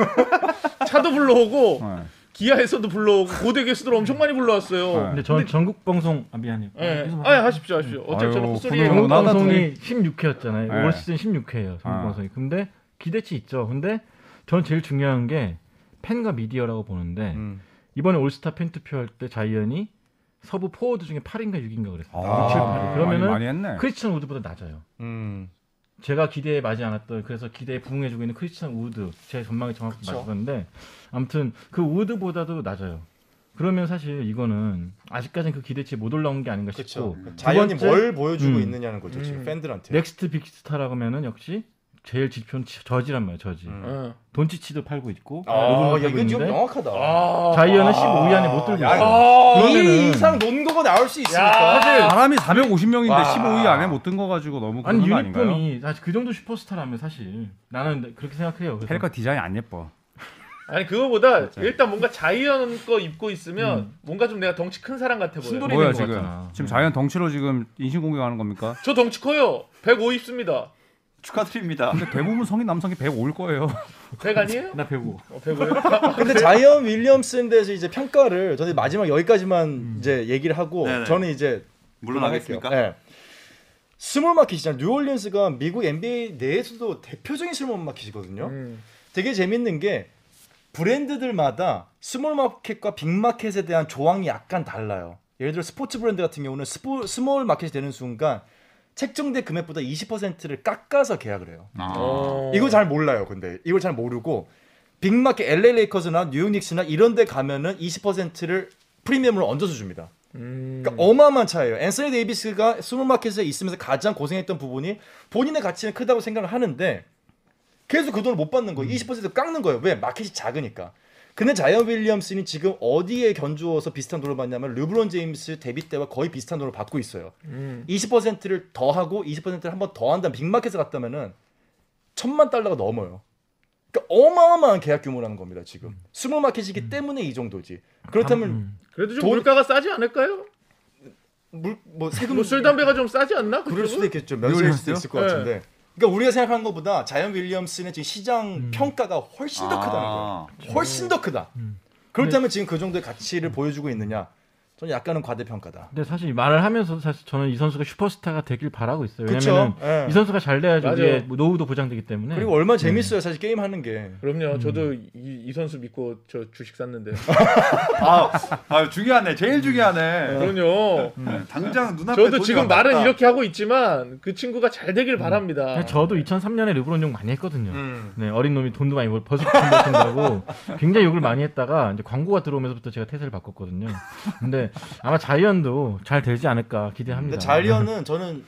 Speaker 3: 차도 불러오고
Speaker 5: 네.
Speaker 3: 기아에서도 불러오고 고대 개수들 엄청 많이 불러왔어요.
Speaker 4: 근데 전 전국 방송 아 미안해요.
Speaker 3: 예. 네.
Speaker 4: 계속
Speaker 3: 아, 하십시오, 하십시오.
Speaker 5: 아유,
Speaker 3: 어차피 저는 헛소리에
Speaker 4: 전국
Speaker 5: 고생하고 나다
Speaker 4: 방송이 16회였잖아요.
Speaker 5: 네.
Speaker 4: 올 시즌 16회예요. 전국
Speaker 5: 아.
Speaker 4: 방송이. 근데 기대치 있죠. 근데 전 제일 중요한 게 팬과 미디어라고 보는데
Speaker 8: 음.
Speaker 4: 이번에 올스타 팬 투표할 때 자이언이 서부 포워드 중에 8인가 6인가 그랬어요.
Speaker 5: 아,
Speaker 4: 6, 7, 8. 그러면은
Speaker 5: 많이, 많이 했네.
Speaker 4: 크리스천 우드보다 낮아요.
Speaker 8: 음.
Speaker 4: 제가 기대에 맞지 않았던 그래서 기대에 부응해주고 있는 크리스찬 우드 제 전망이 정확히
Speaker 2: 그쵸.
Speaker 4: 맞았는데 아무튼 그 우드보다도 낮아요. 그러면 사실 이거는 아직까지는 그 기대치에 못 올라온 게 아닌가 싶고
Speaker 2: 그렇죠. 자연이
Speaker 4: 번째-
Speaker 2: 뭘 보여주고
Speaker 4: 음.
Speaker 2: 있느냐는 거죠 지금
Speaker 3: 음.
Speaker 2: 팬들한테.
Speaker 4: 넥스트 빅스타라고 하면은 역시 제일 지표는 치- 저지란 말이에요 저지.
Speaker 2: 음.
Speaker 3: 예.
Speaker 4: 돈치치도 팔고 있고
Speaker 2: 아,
Speaker 4: 로브를
Speaker 2: 야,
Speaker 4: 팔고
Speaker 2: 이건 좀
Speaker 4: 있는데
Speaker 2: 명확하다.
Speaker 3: 아.
Speaker 4: 자이언은 15위 안에 못 들고
Speaker 2: 야,
Speaker 4: 있어요.
Speaker 3: 아.
Speaker 2: 이
Speaker 4: 그러면은-
Speaker 2: 이상 논거가 나올 수 있으니까.
Speaker 3: 야.
Speaker 5: 사람이 450명인데
Speaker 2: 와.
Speaker 5: 15위 안에 못 든 거 가지고 너무 그런
Speaker 4: 아니
Speaker 5: 거 아닌가요?
Speaker 4: 유니폼이 사실 그 정도 슈퍼스타라면 사실 나는 그렇게 생각해요. 그래서 음.
Speaker 5: 캐릭터 디자인 안 예뻐.
Speaker 3: 아니 그거보다 일단 뭔가 자이언 거 입고 있으면 뭔가 좀 내가 덩치 큰 사람 같아 보여.
Speaker 4: 음. 순돌이
Speaker 5: 뭐야
Speaker 4: 된것
Speaker 5: 지금?
Speaker 4: 같잖아.
Speaker 5: 지금
Speaker 4: 네.
Speaker 5: 자연 덩치로 지금 인신 공격하는 겁니까?
Speaker 3: 저 덩치 커요. 105 입습니다.
Speaker 1: 축하드립니다.
Speaker 5: 근데 대부분 성인 남성이 105일 거예요.
Speaker 3: 100 아니에요?
Speaker 4: 나 배고.
Speaker 3: 어, 105예요?
Speaker 2: 근데 자이언 윌리엄스에 대해서 이제 평가를 저는 마지막 여기까지만 이제 얘기를 하고
Speaker 1: 네네.
Speaker 2: 저는 이제
Speaker 1: 물러나겠습니까?
Speaker 2: 네. 스몰 마켓이잖아요. 뉴올리언스가 미국 NBA 내에서도 대표적인 스몰 마켓이거든요.
Speaker 3: 음.
Speaker 2: 되게 재밌는 게 브랜드들마다 스몰 마켓과 빅 마켓에 대한 조항이 약간 달라요. 예를 들어 스포츠 브랜드 같은 경우는 스포, 스몰 마켓이 되는 순간 책정된 금액보다 20%를 깎아서 계약을 해요.
Speaker 3: 어.
Speaker 2: 이거 잘 몰라요. 근데 이걸 잘 모르고 빅마켓 LA 레이커스나 뉴욕 닉스나 이런 데 가면은 20%를 프리미엄으로 얹어서 줍니다.
Speaker 3: 음,
Speaker 2: 그러니까 어마어마한 차이예요. 앤서니 데이비스가 스몰마켓에 있으면서 가장 고생했던 부분이 본인의 가치는 크다고 생각을 하는데 계속 그 돈을 못 받는 거예요. 20% 깎는 거예요. 왜? 마켓이 작으니까. 근데 자이언 윌리엄스는 지금 어디에 견주어서 비슷한 돈을 받냐면 르브론 제임스 데뷔 때와 거의 비슷한 돈을 받고 있어요.
Speaker 3: 음.
Speaker 2: 20%를 더하고 20%를 한 번 더한다면 빅마켓에 갔다면은 천만 달러가 넘어요. 그러니까 어마어마한 계약 규모라는 겁니다. 지금 스몰 마켓이기 때문에 이 정도지. 그렇다면
Speaker 4: 음.
Speaker 3: 그래도 좀
Speaker 2: 돈-
Speaker 3: 물가가 싸지 않을까요?
Speaker 2: 물, 뭐 세금
Speaker 3: 뭐술 담배가 좀 싸지 않나?
Speaker 2: 그럴 수도
Speaker 3: 그쪽은?
Speaker 2: 있겠죠. 면세일 수도
Speaker 5: 뉴올리언스요?
Speaker 2: 있을 것 같은데. 그러니까 우리가 생각하는 것보다 자이언 윌리엄슨의 지금 시장 평가가 훨씬 더 크다는 거예요.
Speaker 1: 아,
Speaker 2: 훨씬 더 크다. 그렇다면 지금 그 정도의 가치를 보여주고 있느냐? 저는 약간은 과대평가다.
Speaker 4: 근데 사실 말을 하면서 사실 저는 이 선수가 슈퍼스타가 되길 바라고 있어요. 왜냐면
Speaker 2: 그렇죠. 예.
Speaker 4: 이 선수가 잘 돼야지
Speaker 3: 맞아요.
Speaker 4: 우리의 노후도 보장되기 때문에.
Speaker 2: 그리고 얼마 나 재밌어요, 사실 게임 하는 게.
Speaker 3: 그럼요. 저도 이, 이 선수 믿고 저 주식 샀는데.
Speaker 1: 아, 아, 중요하네. 제일 중요하네.
Speaker 3: 그럼요.
Speaker 1: 당장 눈앞에
Speaker 3: 음. 저도
Speaker 1: 돈이
Speaker 3: 지금
Speaker 1: 왔다.
Speaker 3: 말은 이렇게 하고 있지만 그 친구가 잘 되길 바랍니다.
Speaker 4: 그냥 저도 2003년에 르브론 욕 많이 했거든요. 네, 어린 놈이 돈도 많이 벌 버스 돈도 쓴다고 굉장히 욕을 많이 했다가 이제 광고가 들어오면서부터 제가 태세를 바꿨거든요. 근데 아마 자이언도 잘 되지 않을까 기대합니다. 네.
Speaker 2: 근데 자이언은 저는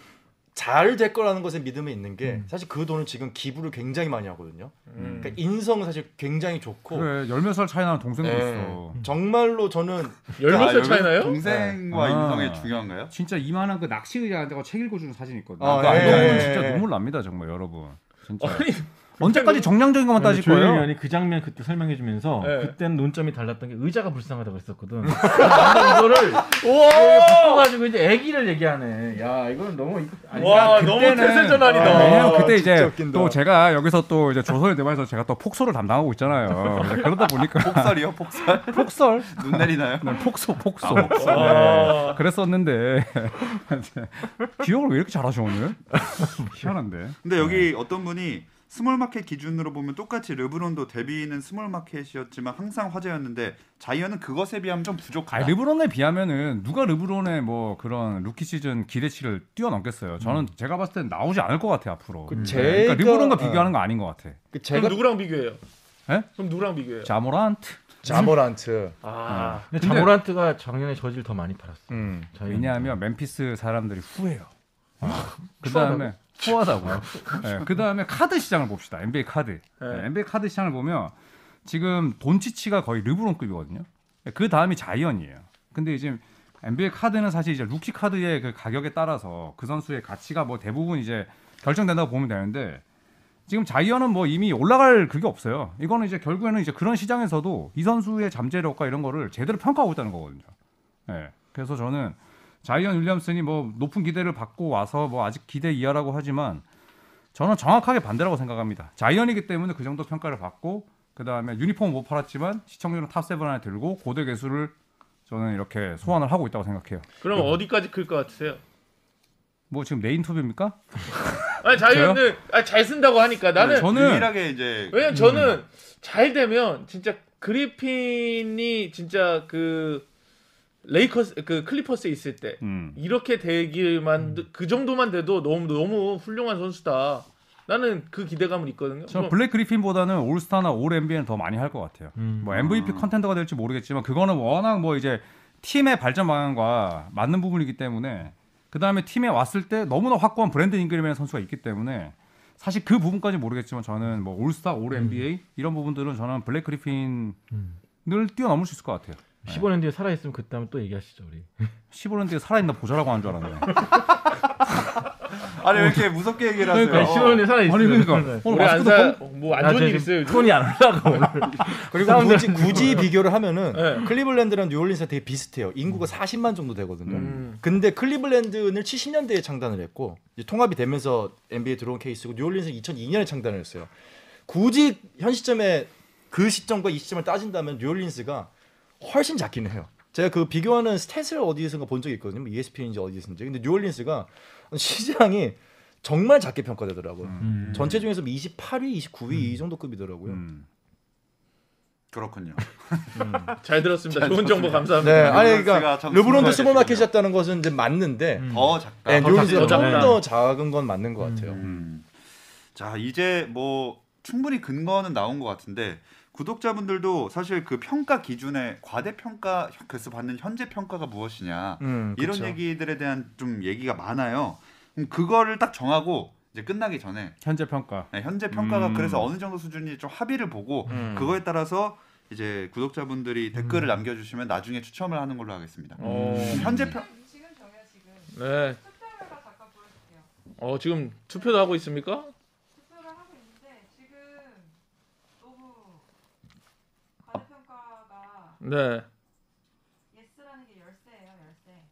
Speaker 2: 잘 될 거라는 것에 믿음이 있는 게 사실 그 돈을 지금 기부를 굉장히 많이 하거든요.
Speaker 3: 음.
Speaker 2: 그러니까 인성은 사실 굉장히 좋고
Speaker 5: 그래 네, 열몇 살 차이 나는 동생도
Speaker 2: 예.
Speaker 5: 있어.
Speaker 2: 정말로 저는
Speaker 1: 아,
Speaker 3: 10살
Speaker 1: 여기
Speaker 3: 차이나요?
Speaker 1: 동생과
Speaker 5: 네.
Speaker 1: 인성이
Speaker 5: 아.
Speaker 1: 중요한가요?
Speaker 5: 진짜 이만한 그 낚시 의자한테가 책 읽어주는 사진 있거든요.
Speaker 2: 아,
Speaker 5: 그거 안
Speaker 2: 예,
Speaker 5: 보면
Speaker 2: 예,
Speaker 5: 진짜
Speaker 2: 예.
Speaker 5: 눈물 납니다 정말 여러분. 진짜
Speaker 3: 아니,
Speaker 5: 언제까지 정량적인 것만 따질
Speaker 4: 조용히
Speaker 5: 거예요?
Speaker 4: 의원이 그 장면 그때 설명해주면서
Speaker 3: 네.
Speaker 4: 그때는 논점이 달랐던 게 의자가 불쌍하다고 했었거든. 나는 이거를 바꿔가지고 이제 애기를 얘기하네. 야 이건 너무 아니,
Speaker 3: 와,
Speaker 5: 그러니까
Speaker 3: 너무
Speaker 5: 그때는-
Speaker 3: 태세
Speaker 5: 아,
Speaker 3: 어, 전환이다.
Speaker 5: 왜냐면 그때 이제
Speaker 2: 웃긴다.
Speaker 5: 또 제가 여기서 또 이제 조선의 대만에서 제가 또 폭설을 담당하고 있잖아요. 그래서 그러다 보니까
Speaker 1: 폭설이요? 폭설?
Speaker 5: 폭설,
Speaker 1: 눈 내리나요?
Speaker 5: 네, 폭소, 폭소.
Speaker 3: 아.
Speaker 5: 네, 그랬었는데 기억을 왜 이렇게 잘하셔 오늘? 희한한데.
Speaker 1: 근데 여기 어떤 분이 스몰마켓 기준으로 보면 똑같이 르브론도 데뷔는 스몰마켓이었지만 항상 화제였는데 자이언은 그것에 비하면 좀 부족하다.
Speaker 5: 아, 르브론에 비하면은 누가 르브론의 뭐 그런 루키 시즌 기대치를 뛰어넘겠어요. 저는 제가 봤을 땐 나오지 않을 것 같아 앞으로.
Speaker 2: 그
Speaker 5: 음.
Speaker 2: 제가-
Speaker 5: 그러니까 르브론과 비교하는 거 아닌 것 같아.
Speaker 2: 그 제가
Speaker 3: 그럼 누구랑 비교해요?
Speaker 5: 예?
Speaker 3: 그럼 누구랑 비교해요?
Speaker 5: 자모란트.
Speaker 2: 자모란트.
Speaker 3: 아,
Speaker 4: 근데
Speaker 5: 근데-
Speaker 4: 자모란트가 작년에 저지를 더 많이 팔았어.
Speaker 2: 음.
Speaker 4: 자이언.
Speaker 5: 왜냐하면 멤피스 사람들이 후해요. 그 다음에 후하다고요. 그 다음에 카드 시장을 봅시다. NBA 카드.
Speaker 3: 네.
Speaker 5: 네, NBA 카드 시장을 보면 지금 돈치치가 거의 르브론급이거든요. 그 다음이 자이언이에요. 근데 이제 NBA 카드는 사실 이제 루키 카드의 그 가격에 따라서 그 선수의 가치가 뭐 대부분 이제 결정된다고 보면 되는데 지금 자이언은 뭐 이미 올라갈 그게 없어요. 이거는 이제 결국에는 이제 그런 시장에서도 이 선수의 잠재력과 이런 거를 제대로 평가하고 있다는 거거든요. 예. 그래서 저는 자이언 윌리엄슨이 뭐 높은 기대를 받고 와서 뭐 아직 기대 이하라고 하지만 저는 정확하게 반대라고 생각합니다. 자이언이기 때문에 그 정도 평가를 받고 그다음에 유니폼 못 팔았지만 시청률은 탑7 안에 들고 고대 개수를 저는 이렇게 소환을 하고 있다고 생각해요.
Speaker 3: 그럼 어디까지 클 것 같으세요?
Speaker 5: 뭐 지금 내 인터뷰입니까?
Speaker 3: 아니 자이언은 아니, 잘 쓴다고 하니까 나는
Speaker 5: 저는
Speaker 1: 유일하게 이제
Speaker 3: 왜냐면 저는 잘 되면 진짜 그리핀이 진짜 그 레이커스 그 클리퍼스에 있을 때
Speaker 5: 음.
Speaker 3: 이렇게 되기만 그 정도만 돼도 너무 너무 훌륭한 선수다. 나는 그 기대감은 있거든요. 뭐 그럼
Speaker 5: 저는 블랙 그리핀보다는 올스타나 올 NBA는 더 많이 할 것 같아요.
Speaker 4: 음.
Speaker 5: 뭐 MVP 컨텐더가 될지 모르겠지만 그거는 워낙 뭐 이제 팀의 발전 방향과 맞는 부분이기 때문에 그 다음에 팀에 왔을 때 너무나 확고한 브랜드 잉그림이라는 선수가 있기 때문에 사실 그 부분까지 모르겠지만 저는 뭐 올스타, 올
Speaker 3: 음.
Speaker 5: NBA 이런 부분들은 저는 블랙 그리핀을
Speaker 3: 음.
Speaker 5: 뛰어넘을 수 있을 것 같아요.
Speaker 4: 15년 뒤에 살아있으면 그때 한번 또 얘기하시죠 우리.
Speaker 5: 15년 뒤에 살아있나 보자라고 하는 줄 알았네.
Speaker 1: 아니 왜 이렇게 무섭게 얘기를 하세요?
Speaker 4: 그러니까 15년 뒤에 살아있으면. 네.
Speaker 5: 아니 그러니까
Speaker 3: 우리
Speaker 5: 오늘
Speaker 3: 안
Speaker 5: 마스크도
Speaker 3: 사 뭐 안 좋은
Speaker 4: 나
Speaker 3: 일
Speaker 4: 지금
Speaker 3: 있어요. 요즘?
Speaker 4: 톤이 안 올라가 오늘.
Speaker 2: 그리고 굳이, 굳이 비교를 하면은
Speaker 3: 네.
Speaker 2: 클리블랜드랑 뉴올린스가 되게 비슷해요. 인구가 40만 정도 되거든요.
Speaker 3: 음.
Speaker 2: 근데 클리블랜드는 70년대에 창단을 했고 이제 통합이 되면서 NBA에 들어온 케이스고 뉴올린스는 2002년에 창단을 했어요. 굳이 현 시점에 그 시점과 이 시점을 따진다면 뉴올린스가 훨씬 작기는 해요. 제가 그 비교하는 스탯을 어디에선가 본 적이 있거든요. 뭐 ESPN인지 어디에선지. 근데 뉴올린스가 시장이 정말 작게 평가되더라고요.
Speaker 3: 음.
Speaker 1: 어.
Speaker 4: 음.
Speaker 2: 전체 중에서 28위, 29위 이 정도 급이더라고요.
Speaker 5: 음.
Speaker 1: 그렇군요.
Speaker 3: 잘 들었습니다. 좋은 정보 감사합니다.
Speaker 2: 네, 아니
Speaker 1: 르브론스가
Speaker 2: 그러니까
Speaker 1: 참
Speaker 2: 르브론도
Speaker 1: 순수하게
Speaker 2: 스몰마켓이었다는 것은 이제
Speaker 4: 음.
Speaker 2: 맞는데
Speaker 1: 더
Speaker 4: 어?
Speaker 1: 작다.
Speaker 2: 네, 뉴올린스가
Speaker 3: 작죠.
Speaker 2: 조금
Speaker 4: 네.
Speaker 2: 더 작은 건 맞는 것 같아요.
Speaker 1: 음. 자 이제 뭐 충분히 근거는 나온 것 같은데 구독자분들도 사실 그 평가 기준에 과대평가 그래서 받는 현재 평가가 무엇이냐
Speaker 2: 음,
Speaker 1: 이런
Speaker 2: 그쵸.
Speaker 1: 얘기들에 대한 좀 얘기가 많아요. 음, 그럼 그거를 딱 정하고 이제 끝나기 전에
Speaker 5: 현재 평가.
Speaker 1: 네, 현재 평가가
Speaker 5: 음.
Speaker 1: 그래서 어느 정도 수준인지 좀 합의를 보고
Speaker 2: 음.
Speaker 1: 그거에 따라서 이제 구독자분들이 댓글을 남겨주시면 나중에 추첨을 하는 걸로 하겠습니다.
Speaker 3: 어,
Speaker 1: 그럼 현재 평
Speaker 9: 지금 정해 지금
Speaker 3: 네.
Speaker 9: 투표를 해봐 잠깐 보여줄게요.
Speaker 3: 어 지금 투표도 하고 있습니까?
Speaker 9: 투표를 하고 있는데 지금 너무 과대평가가
Speaker 3: 네.
Speaker 9: 예스라는 게 열쇠예요, 열쇠.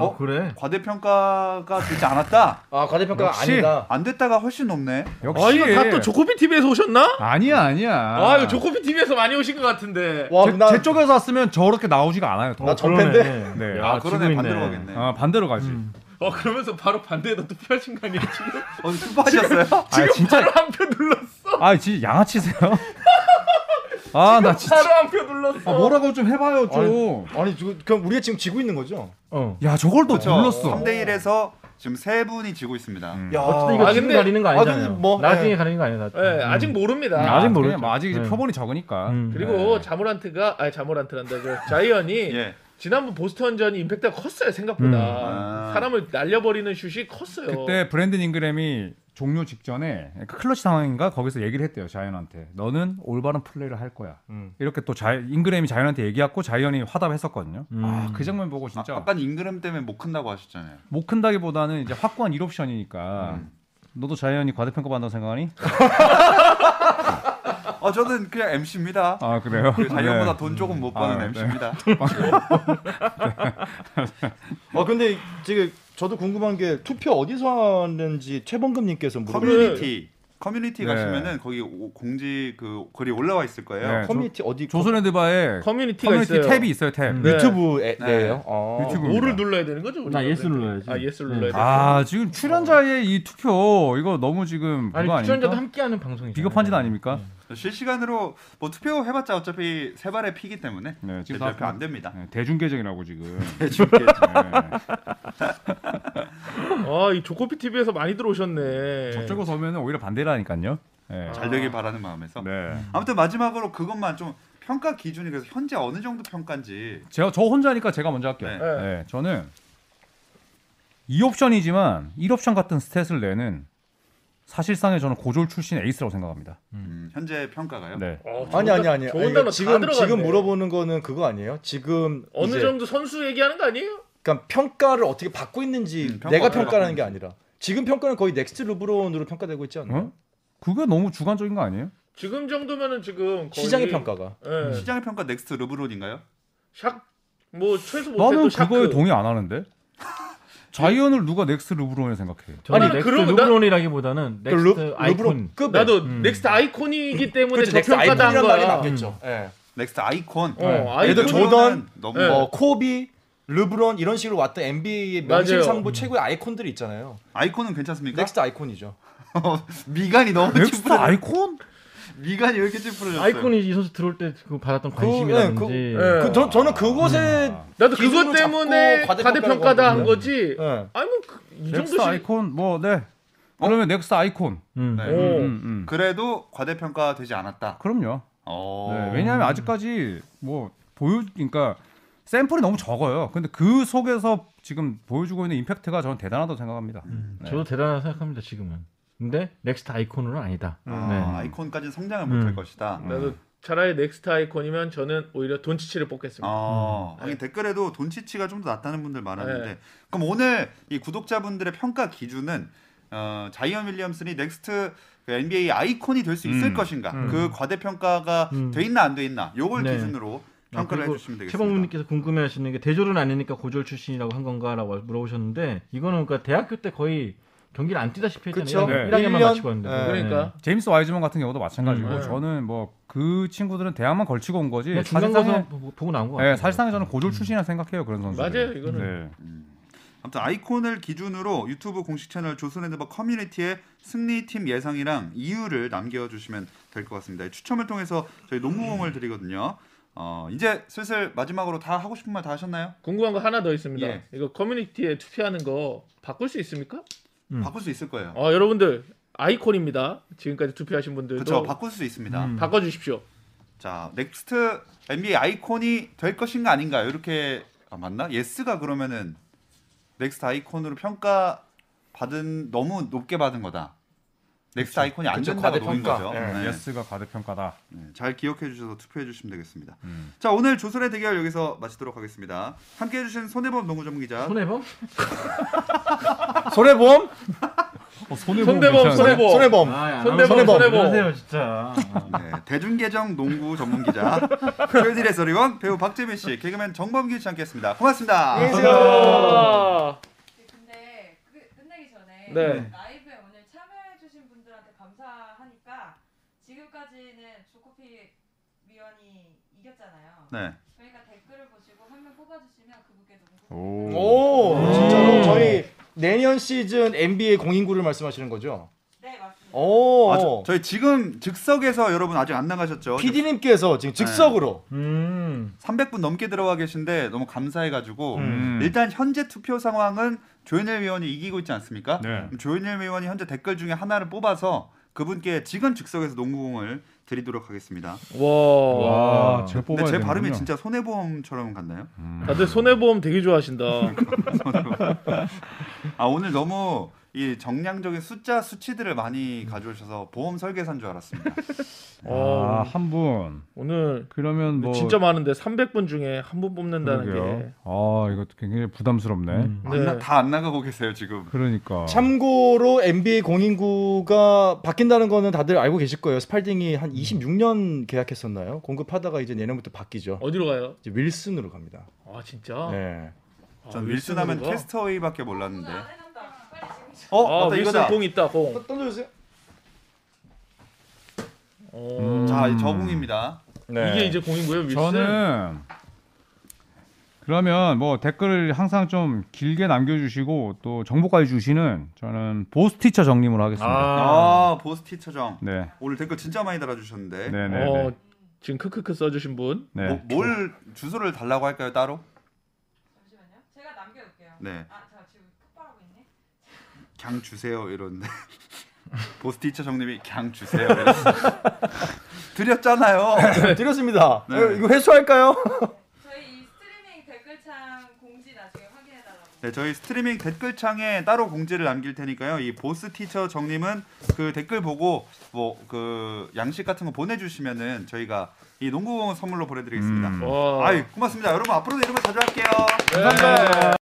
Speaker 1: 어?
Speaker 4: 어 그래.
Speaker 1: 과대평가가 되지 않았다
Speaker 2: 아 과대평가가
Speaker 5: 역시.
Speaker 2: 아니다.
Speaker 1: 안 됐다가 훨씬 높네.
Speaker 5: 역시
Speaker 3: 아 이거 다 또 조코피 TV에서 오셨나?
Speaker 5: 아니야 예. 아니야.
Speaker 3: 아 이거 조코피 아, TV에서 많이 오신 것 같은데.
Speaker 2: 와,
Speaker 5: 제,
Speaker 2: 나,
Speaker 5: 제 쪽에서 왔으면 저렇게 나오지가 않아요.
Speaker 4: 어,
Speaker 5: 더.
Speaker 2: 나 전패인데.
Speaker 5: 네.
Speaker 1: 아, 그러네
Speaker 4: 지고
Speaker 1: 반대로
Speaker 4: 있네.
Speaker 1: 가겠네.
Speaker 5: 아, 반대로 가지.
Speaker 3: 어 그러면서 바로 반대에다 투표하신 거 아니에요 지금?
Speaker 1: 어, 투표하셨어요?
Speaker 5: 아 진짜
Speaker 3: 바로 한 표 눌렀어.
Speaker 5: 아 진짜 양아치세요? 아 나 진짜
Speaker 3: 바로 한 표 눌렀어.
Speaker 5: 아, 뭐라고 좀 해봐요 좀.
Speaker 2: 아니 저- 그럼 우리가 지금 지고 있는 거죠?
Speaker 4: 어.
Speaker 5: 야 저걸 또
Speaker 1: 그렇죠.
Speaker 5: 불렀어.
Speaker 1: 3대 1에서 지금 세 분이 지고 있습니다.
Speaker 5: 음.
Speaker 2: 야,
Speaker 4: 어쨌든 이거
Speaker 3: 아,
Speaker 4: 지금
Speaker 3: 근데-
Speaker 4: 가리는 거
Speaker 2: 아, 근데
Speaker 4: 아니잖아요.
Speaker 2: 뭐,
Speaker 4: 나중에
Speaker 2: 예.
Speaker 4: 가리는 거 아니야. 나.
Speaker 3: 예,
Speaker 4: 음.
Speaker 3: 아직 모릅니다.
Speaker 4: 아, 아직 모르죠.
Speaker 5: 뭐 아직 이제
Speaker 4: 네.
Speaker 5: 표본이 적으니까.
Speaker 4: 음.
Speaker 3: 그리고
Speaker 5: 네.
Speaker 3: 자모란트가 아니 자모란트란다 저 자이언이
Speaker 1: 예.
Speaker 3: 지난번 보스턴전이 임팩트가 컸어요 생각보다
Speaker 4: 음.
Speaker 1: 아.
Speaker 3: 사람을 날려버리는 슛이 컸어요.
Speaker 5: 그때 브랜든 잉그램이 종료 직전에 그 클러치 상황인가 거기서 얘기를 했대요 자이언한테 너는 올바른 플레이를 할 거야
Speaker 2: 음.
Speaker 5: 이렇게 또 자, 잉그램이 자이언한테 얘기하고 자이언이 화답했었거든요
Speaker 4: 음.
Speaker 5: 아그 장면 보고 진짜
Speaker 1: 아, 아까 잉그램 때문에 못 큰다고 하셨잖아요.
Speaker 5: 못 큰다기보다는 이제 확고한 1옵션이니까
Speaker 1: 음.
Speaker 5: 너도 자이언이 과대평가받는다고 생각하니?
Speaker 1: 아 저는 그냥 MC입니다.
Speaker 5: 아 그래요?
Speaker 1: 자이언보다 돈 조금 못 버는
Speaker 5: 아, 네.
Speaker 1: MC입니다.
Speaker 2: 아 근데 지금 저도 궁금한 게 투표 어디서 하는지 최범금님께서 물어보셨어요.
Speaker 1: 커뮤니티 커뮤니티
Speaker 5: 네.
Speaker 1: 가시면은 거기 오- 공지 그 글이 올라와 있을 거예요.
Speaker 5: 네.
Speaker 2: 커뮤니티 어디?
Speaker 5: 조선랜드바에
Speaker 3: 커뮤니티가
Speaker 5: 커뮤니티
Speaker 3: 있어요.
Speaker 5: 탭이 있어요 탭.
Speaker 4: 음.
Speaker 3: 네.
Speaker 2: 유튜브에
Speaker 1: 네.
Speaker 2: 네요. 아,
Speaker 5: 유튜브.
Speaker 3: 뭐를 눌러야 되는 거죠? 우리가?
Speaker 4: 나 예스 눌러야지.
Speaker 3: 아 예스 눌러야 돼.
Speaker 5: 아 지금 출연자의 이 투표 이거 너무 지금
Speaker 4: 아니
Speaker 5: 그거
Speaker 4: 출연자도
Speaker 5: 아닙니까?
Speaker 4: 함께하는 방송이
Speaker 5: 비겁한 짓 아닙니까?
Speaker 1: 실시간으로 뭐 투표 해봤자 어차피 세 발의 피기 때문에
Speaker 5: 네, 지금
Speaker 1: 대표
Speaker 5: 다-
Speaker 1: 안 됩니다. 네,
Speaker 5: 네, 대중계정이라고 지금.
Speaker 3: 아이 조코피 TV에서 많이 들어오셨네.
Speaker 5: 네. 저쪽으로 서면 오히려 반대라니까요. 네.
Speaker 1: 잘 되길 바라는 마음에서
Speaker 5: 네.
Speaker 1: 아무튼 마지막으로 그것만 좀 평가 기준이 그래서 현재 어느 정도 평가인지
Speaker 5: 제가 저 혼자니까 제가 먼저 할게요.
Speaker 1: 네.
Speaker 5: 네. 저는 2옵션이지만 1옵션 같은 스탯을 내는 사실상의 저는 고졸 출신 에이스라고 생각합니다.
Speaker 1: 음, 현재 평가가요.
Speaker 5: 네.
Speaker 3: 어, 좋은
Speaker 2: 아니
Speaker 3: 단-
Speaker 2: 아니 아니.
Speaker 3: 좋은
Speaker 2: 아니,
Speaker 3: 단어 다
Speaker 2: 지금
Speaker 3: 들어갔네.
Speaker 2: 지금 물어보는 거는 그거 아니에요? 지금
Speaker 3: 어느
Speaker 2: 이제
Speaker 3: 정도 선수 얘기하는 거 아니에요?
Speaker 2: 그러니까 평가를 어떻게 받고 있는지
Speaker 1: 음, 평가
Speaker 2: 내가
Speaker 1: 어떻게
Speaker 2: 평가하는 게
Speaker 1: 받고
Speaker 2: 아니라 지금 평가는 거의 넥스트 르브론으로 평가되고 있지 않나요?
Speaker 5: 어? 그게 너무 주관적인 거 아니에요?
Speaker 3: 지금 정도면은 지금 거의-
Speaker 2: 시장의 평가가.
Speaker 3: 예.
Speaker 1: 시장의 평가 넥스트 르브론인가요?
Speaker 3: 샥. 뭐 최소 못해도
Speaker 5: 나는
Speaker 3: 샤크.
Speaker 5: 그거에 동의 안 하는데. 자이언을 누가 넥스 르브론을 생각해?
Speaker 4: 저는
Speaker 3: 아니,
Speaker 4: 넥스트
Speaker 3: 그러고 나-
Speaker 4: 루브론이라기보다는
Speaker 6: 그
Speaker 4: 넥스트
Speaker 6: 루-
Speaker 4: 아이콘.
Speaker 6: 루브론급
Speaker 3: 나도
Speaker 4: 음.
Speaker 3: 넥스트 아이콘이기 때문에 음.
Speaker 6: 그렇죠. 넥스
Speaker 3: 저평가다 한
Speaker 6: 아이콘이란 말이
Speaker 3: 거야.
Speaker 6: 맞겠죠. 예.
Speaker 1: 넥스트 아이콘.
Speaker 3: 어,
Speaker 6: 얘도 저-
Speaker 3: 아이콘.
Speaker 6: 조던,
Speaker 1: 너무
Speaker 2: 네.
Speaker 3: 예.
Speaker 6: 뭐 코비, 르브론 이런 식으로 왔던 NBA의 명실상부
Speaker 1: 음.
Speaker 3: 맞아요. 그러니까
Speaker 6: 최고의 아이콘들이 있잖아요.
Speaker 1: 아이콘은 괜찮습니까?
Speaker 6: 넥스트 아이콘이죠.
Speaker 1: 미간이 너무
Speaker 5: 넥스트
Speaker 1: 찌푸려.
Speaker 5: 아이콘?
Speaker 1: 미간이 왜 이렇게 찌푸려졌어요?
Speaker 4: 아이콘이 이 선수 들어올 때 그 받았던
Speaker 1: 아,
Speaker 6: 그- 예,
Speaker 4: 관심이라든지
Speaker 3: 예.
Speaker 6: 그, 저, 저는 그것에
Speaker 1: 음.
Speaker 3: 나도
Speaker 6: 기준으로
Speaker 3: 그것 때문에
Speaker 6: 잡고
Speaker 3: 과대평가다 한
Speaker 6: 하는
Speaker 3: 거지.
Speaker 6: 예.
Speaker 3: 아니 뭐이
Speaker 5: 넥스트
Speaker 3: 정도씩
Speaker 5: 아이콘 뭐 네. 그러면 넥스트 아이콘.
Speaker 4: 음.
Speaker 1: 네.
Speaker 3: 오.
Speaker 5: 음, 음.
Speaker 1: 그래도 과대평가 되지 않았다.
Speaker 5: 그럼요.
Speaker 1: 어.
Speaker 5: 네, 왜냐하면 아직까지 뭐 보여 그러니까 샘플이 너무 적어요. 근데 그 속에서 지금 보여주고 있는 임팩트가 저는 대단하다고 생각합니다.
Speaker 1: 음.
Speaker 5: 네.
Speaker 4: 저도 대단하다 생각합니다 지금은. 근데 넥스트 아이콘으로는 아니다.
Speaker 1: 아,
Speaker 4: 네.
Speaker 1: 아이콘까지 성장을 못할
Speaker 4: 음.
Speaker 1: 것이다.
Speaker 3: 나도 차라리 넥스트 아이콘이면 저는 오히려 돈치치를 뽑겠습니다.
Speaker 1: 아,
Speaker 4: 음.
Speaker 1: 하긴 댓글에도 돈치치가 좀 더 낫다는 분들 많았는데
Speaker 4: 네.
Speaker 1: 그럼 오늘 이 구독자분들의 평가 기준은 어, 자이언 윌리엄슨이 넥스트 그 NBA 아이콘이 될 수 있을
Speaker 5: 음.
Speaker 1: 것인가
Speaker 4: 음.
Speaker 1: 그 과대평가가
Speaker 4: 음.
Speaker 1: 돼 있나 안 돼 있나 요걸
Speaker 4: 네.
Speaker 1: 기준으로 평가를 해주시면 되겠습니다.
Speaker 4: 최범우님께서 궁금해하시는 게 대졸은 아니니까 고졸 출신이라고 한 건가라고 물어보셨는데 이거는 그러니까 대학교 때 거의 경기를 안 뛰다시피
Speaker 6: 그쵸.
Speaker 4: 했잖아요.
Speaker 5: 네.
Speaker 6: 일
Speaker 4: 1학년만
Speaker 6: 년?
Speaker 4: 마치고 왔는데.
Speaker 6: 네.
Speaker 3: 그러니까
Speaker 5: 제임스 와이즈먼 같은 경우도 마찬가지고
Speaker 4: 음,
Speaker 3: 네.
Speaker 5: 저는 뭐 그 친구들은 대학만 걸치고 온 거지
Speaker 4: 그냥 중간
Speaker 5: 사실상에
Speaker 4: 가서 보- 보고 나온 거 같아요.
Speaker 5: 네, 사실상에 저는 고졸 출신이라 생각해요 그런 선수.
Speaker 3: 맞아요 이거는.
Speaker 5: 네.
Speaker 1: 아무튼 아이콘을 기준으로 유튜브 공식 채널 조선핸드바 커뮤니티에 승리팀 예상이랑 이유를 남겨주시면 될 것 같습니다. 추첨을 통해서 저희 농구공을 드리거든요. 어, 이제 슬슬 마지막으로 다 하고 싶은 말 다 하셨나요?
Speaker 3: 궁금한 거 하나 더 있습니다.
Speaker 1: 예.
Speaker 3: 이거 커뮤니티에 투표하는 거 바꿀 수 있습니까?
Speaker 4: 음.
Speaker 1: 바꿀 수 있을 거예요.
Speaker 3: 어, 여러분들 아이콘입니다. 지금까지 투표하신
Speaker 6: 네,
Speaker 3: 분들도
Speaker 1: 그렇죠. 바꿀 수 있습니다.
Speaker 4: 음.
Speaker 3: 바꿔 주십시오.
Speaker 1: 자, 넥스트 NBA 아이콘이 될 것인가 아닌가 이렇게 아, 맞나? 예스가 그러면은 넥스트 아이콘으로 평가 받은 너무 높게 받은 거다. 넥스트 아이콘이 안
Speaker 6: 그쵸,
Speaker 1: 된다가 놓인
Speaker 6: 과대평가.
Speaker 1: 거죠.
Speaker 6: 예.
Speaker 1: 네.
Speaker 5: 예스가 과대평가다.
Speaker 1: 네, 잘 기억해 주셔서 투표해 주시면 되겠습니다.
Speaker 6: 음.
Speaker 1: 자 오늘 조선의 대결 여기서 마치도록 하겠습니다. 함께 해주신 손해범 농구 전문기자
Speaker 4: 손해범?
Speaker 6: 손해보험?
Speaker 5: 음. 손해보험
Speaker 3: 손대범 손해보.
Speaker 6: 손해보험.
Speaker 4: 아,
Speaker 3: 손대범, 손해범.
Speaker 4: 안녕하세요 진짜.
Speaker 1: 네, 대중계정 농구 전문기자 최일의 서리원 배우 박재민 씨 개그맨 정범기 씨 함께했습니다. 고맙습니다.
Speaker 3: 아.
Speaker 9: 근데 그, 끝내기 전에
Speaker 3: 네.
Speaker 9: 라이브에 오늘 참여해주신 분들한테 감사하니까 지금까지는 조코피 위원이 이겼잖아요.
Speaker 1: 네.
Speaker 9: 저희가 댓글을 보시고 한 명 뽑아주시면 그분께 너무
Speaker 3: 음.
Speaker 5: 오.
Speaker 6: 오, 진짜로
Speaker 4: 음.
Speaker 6: 저희 내년 시즌 NBA 공인구를 말씀하시는 거죠?
Speaker 9: 네
Speaker 2: 어,
Speaker 9: 맞습니다.
Speaker 6: 오,
Speaker 1: 아, 저,
Speaker 5: 어.
Speaker 1: 저희 지금 즉석에서 여러분 아직 안 나가셨죠?
Speaker 6: PD님께서 지금 즉석으로
Speaker 4: 음.
Speaker 1: 300분 넘게 들어와 계신데 너무 감사해가지고
Speaker 5: 음.
Speaker 1: 일단 현재 투표 상황은 조현일 위원이 이기고 있지 않습니까?
Speaker 5: 네.
Speaker 1: 그럼 조현일 위원이 현재 댓글 중에 하나를 뽑아서 그분께 지금 즉석에서 농구공을 드리도록 하겠습니다.
Speaker 4: 음.
Speaker 3: 와.
Speaker 5: 어. 와, 제가
Speaker 1: 근데
Speaker 5: 뽑아야
Speaker 1: 제 발음이
Speaker 5: 되는군요.
Speaker 1: 진짜 손해보험처럼 같나요?
Speaker 5: 음.
Speaker 3: 다들 손해보험 되게 좋아하신다.
Speaker 1: 아 오늘 너무 이 정량적인 숫자 수치들을 많이 가져오셔서 보험 설계사인 줄 알았습니다.
Speaker 5: 네. 아, 한 분.
Speaker 3: 오늘
Speaker 5: 그러면 뭐
Speaker 3: 진짜 많은데 300분 중에 한 분 뽑는다는
Speaker 5: 그러게요.
Speaker 3: 게.
Speaker 5: 아, 이거 굉장히 부담스럽네.
Speaker 4: 음.
Speaker 3: 네.
Speaker 1: 다 안 나가고 계세요 지금.
Speaker 5: 그러니까.
Speaker 6: 참고로 NBA 공인구가 바뀐다는 거는 다들 알고 계실 거예요. 스팔딩이
Speaker 3: 음.
Speaker 6: 한 26년 계약했었나요? 공급하다가 이제 내년부터 바뀌죠.
Speaker 3: 어디로 가요?
Speaker 6: 이제 윌슨으로 갑니다.
Speaker 3: 아 진짜.
Speaker 6: 네.
Speaker 3: 아,
Speaker 1: 전 윌슨하면
Speaker 3: 윌슨으로 가?
Speaker 1: 캐스터웨이밖에 몰랐는데.
Speaker 9: 오늘 안 해놨다. 네, 빨리 지금
Speaker 1: 어,
Speaker 3: 아
Speaker 1: 맞다
Speaker 3: 윌슨
Speaker 1: 이거다.
Speaker 3: 공 있다 공.
Speaker 6: 던- 던져주세요.
Speaker 3: 어.
Speaker 1: 자, 이 저공입니다.
Speaker 6: 네.
Speaker 3: 이게 이제 공인구예요 윌슨.
Speaker 5: 음, 네. 저는 그러면 뭐 댓글을 항상 좀 길게 남겨주시고 또 정보까지 주시는 저는 보스티처 정님으로 하겠습니다.
Speaker 1: 아, 보스티 처정.
Speaker 5: 네,
Speaker 1: 오늘 댓글 진짜 많이 달아주셨는데.
Speaker 5: 네,
Speaker 3: 어,
Speaker 5: 네,
Speaker 3: 지금 크크크 써주신 분.
Speaker 5: 네.
Speaker 1: 뭐, 뭘 주소를 달라고 할까요 따로?
Speaker 9: 잠시만요. 제가 남겨놓을게요.
Speaker 1: 네,
Speaker 9: 아, 제가 지금 폭발하고 있네.
Speaker 1: 그냥 주세요 이런데 보스티처 정님이 그냥 주세요. 이러는데. 드렸잖아요.
Speaker 6: 드렸습니다.
Speaker 1: 네.
Speaker 6: 어, 이거 회수할까요?
Speaker 9: 저희 이 스트리밍 댓글창 공지 나중에 확인해달라고.
Speaker 1: 네, 저희 스트리밍 댓글창에 따로 공지를 남길 테니까요. 이 보스 티처 정님은 그 댓글 보고 뭐 그 양식 같은 거 보내주시면은 저희가 이 농구공 선물로 보내드리겠습니다.
Speaker 5: 음.
Speaker 3: 와.
Speaker 1: 아유, 고맙습니다. 여러분 앞으로도 이런 거 자주 할게요.
Speaker 3: 감사합니다.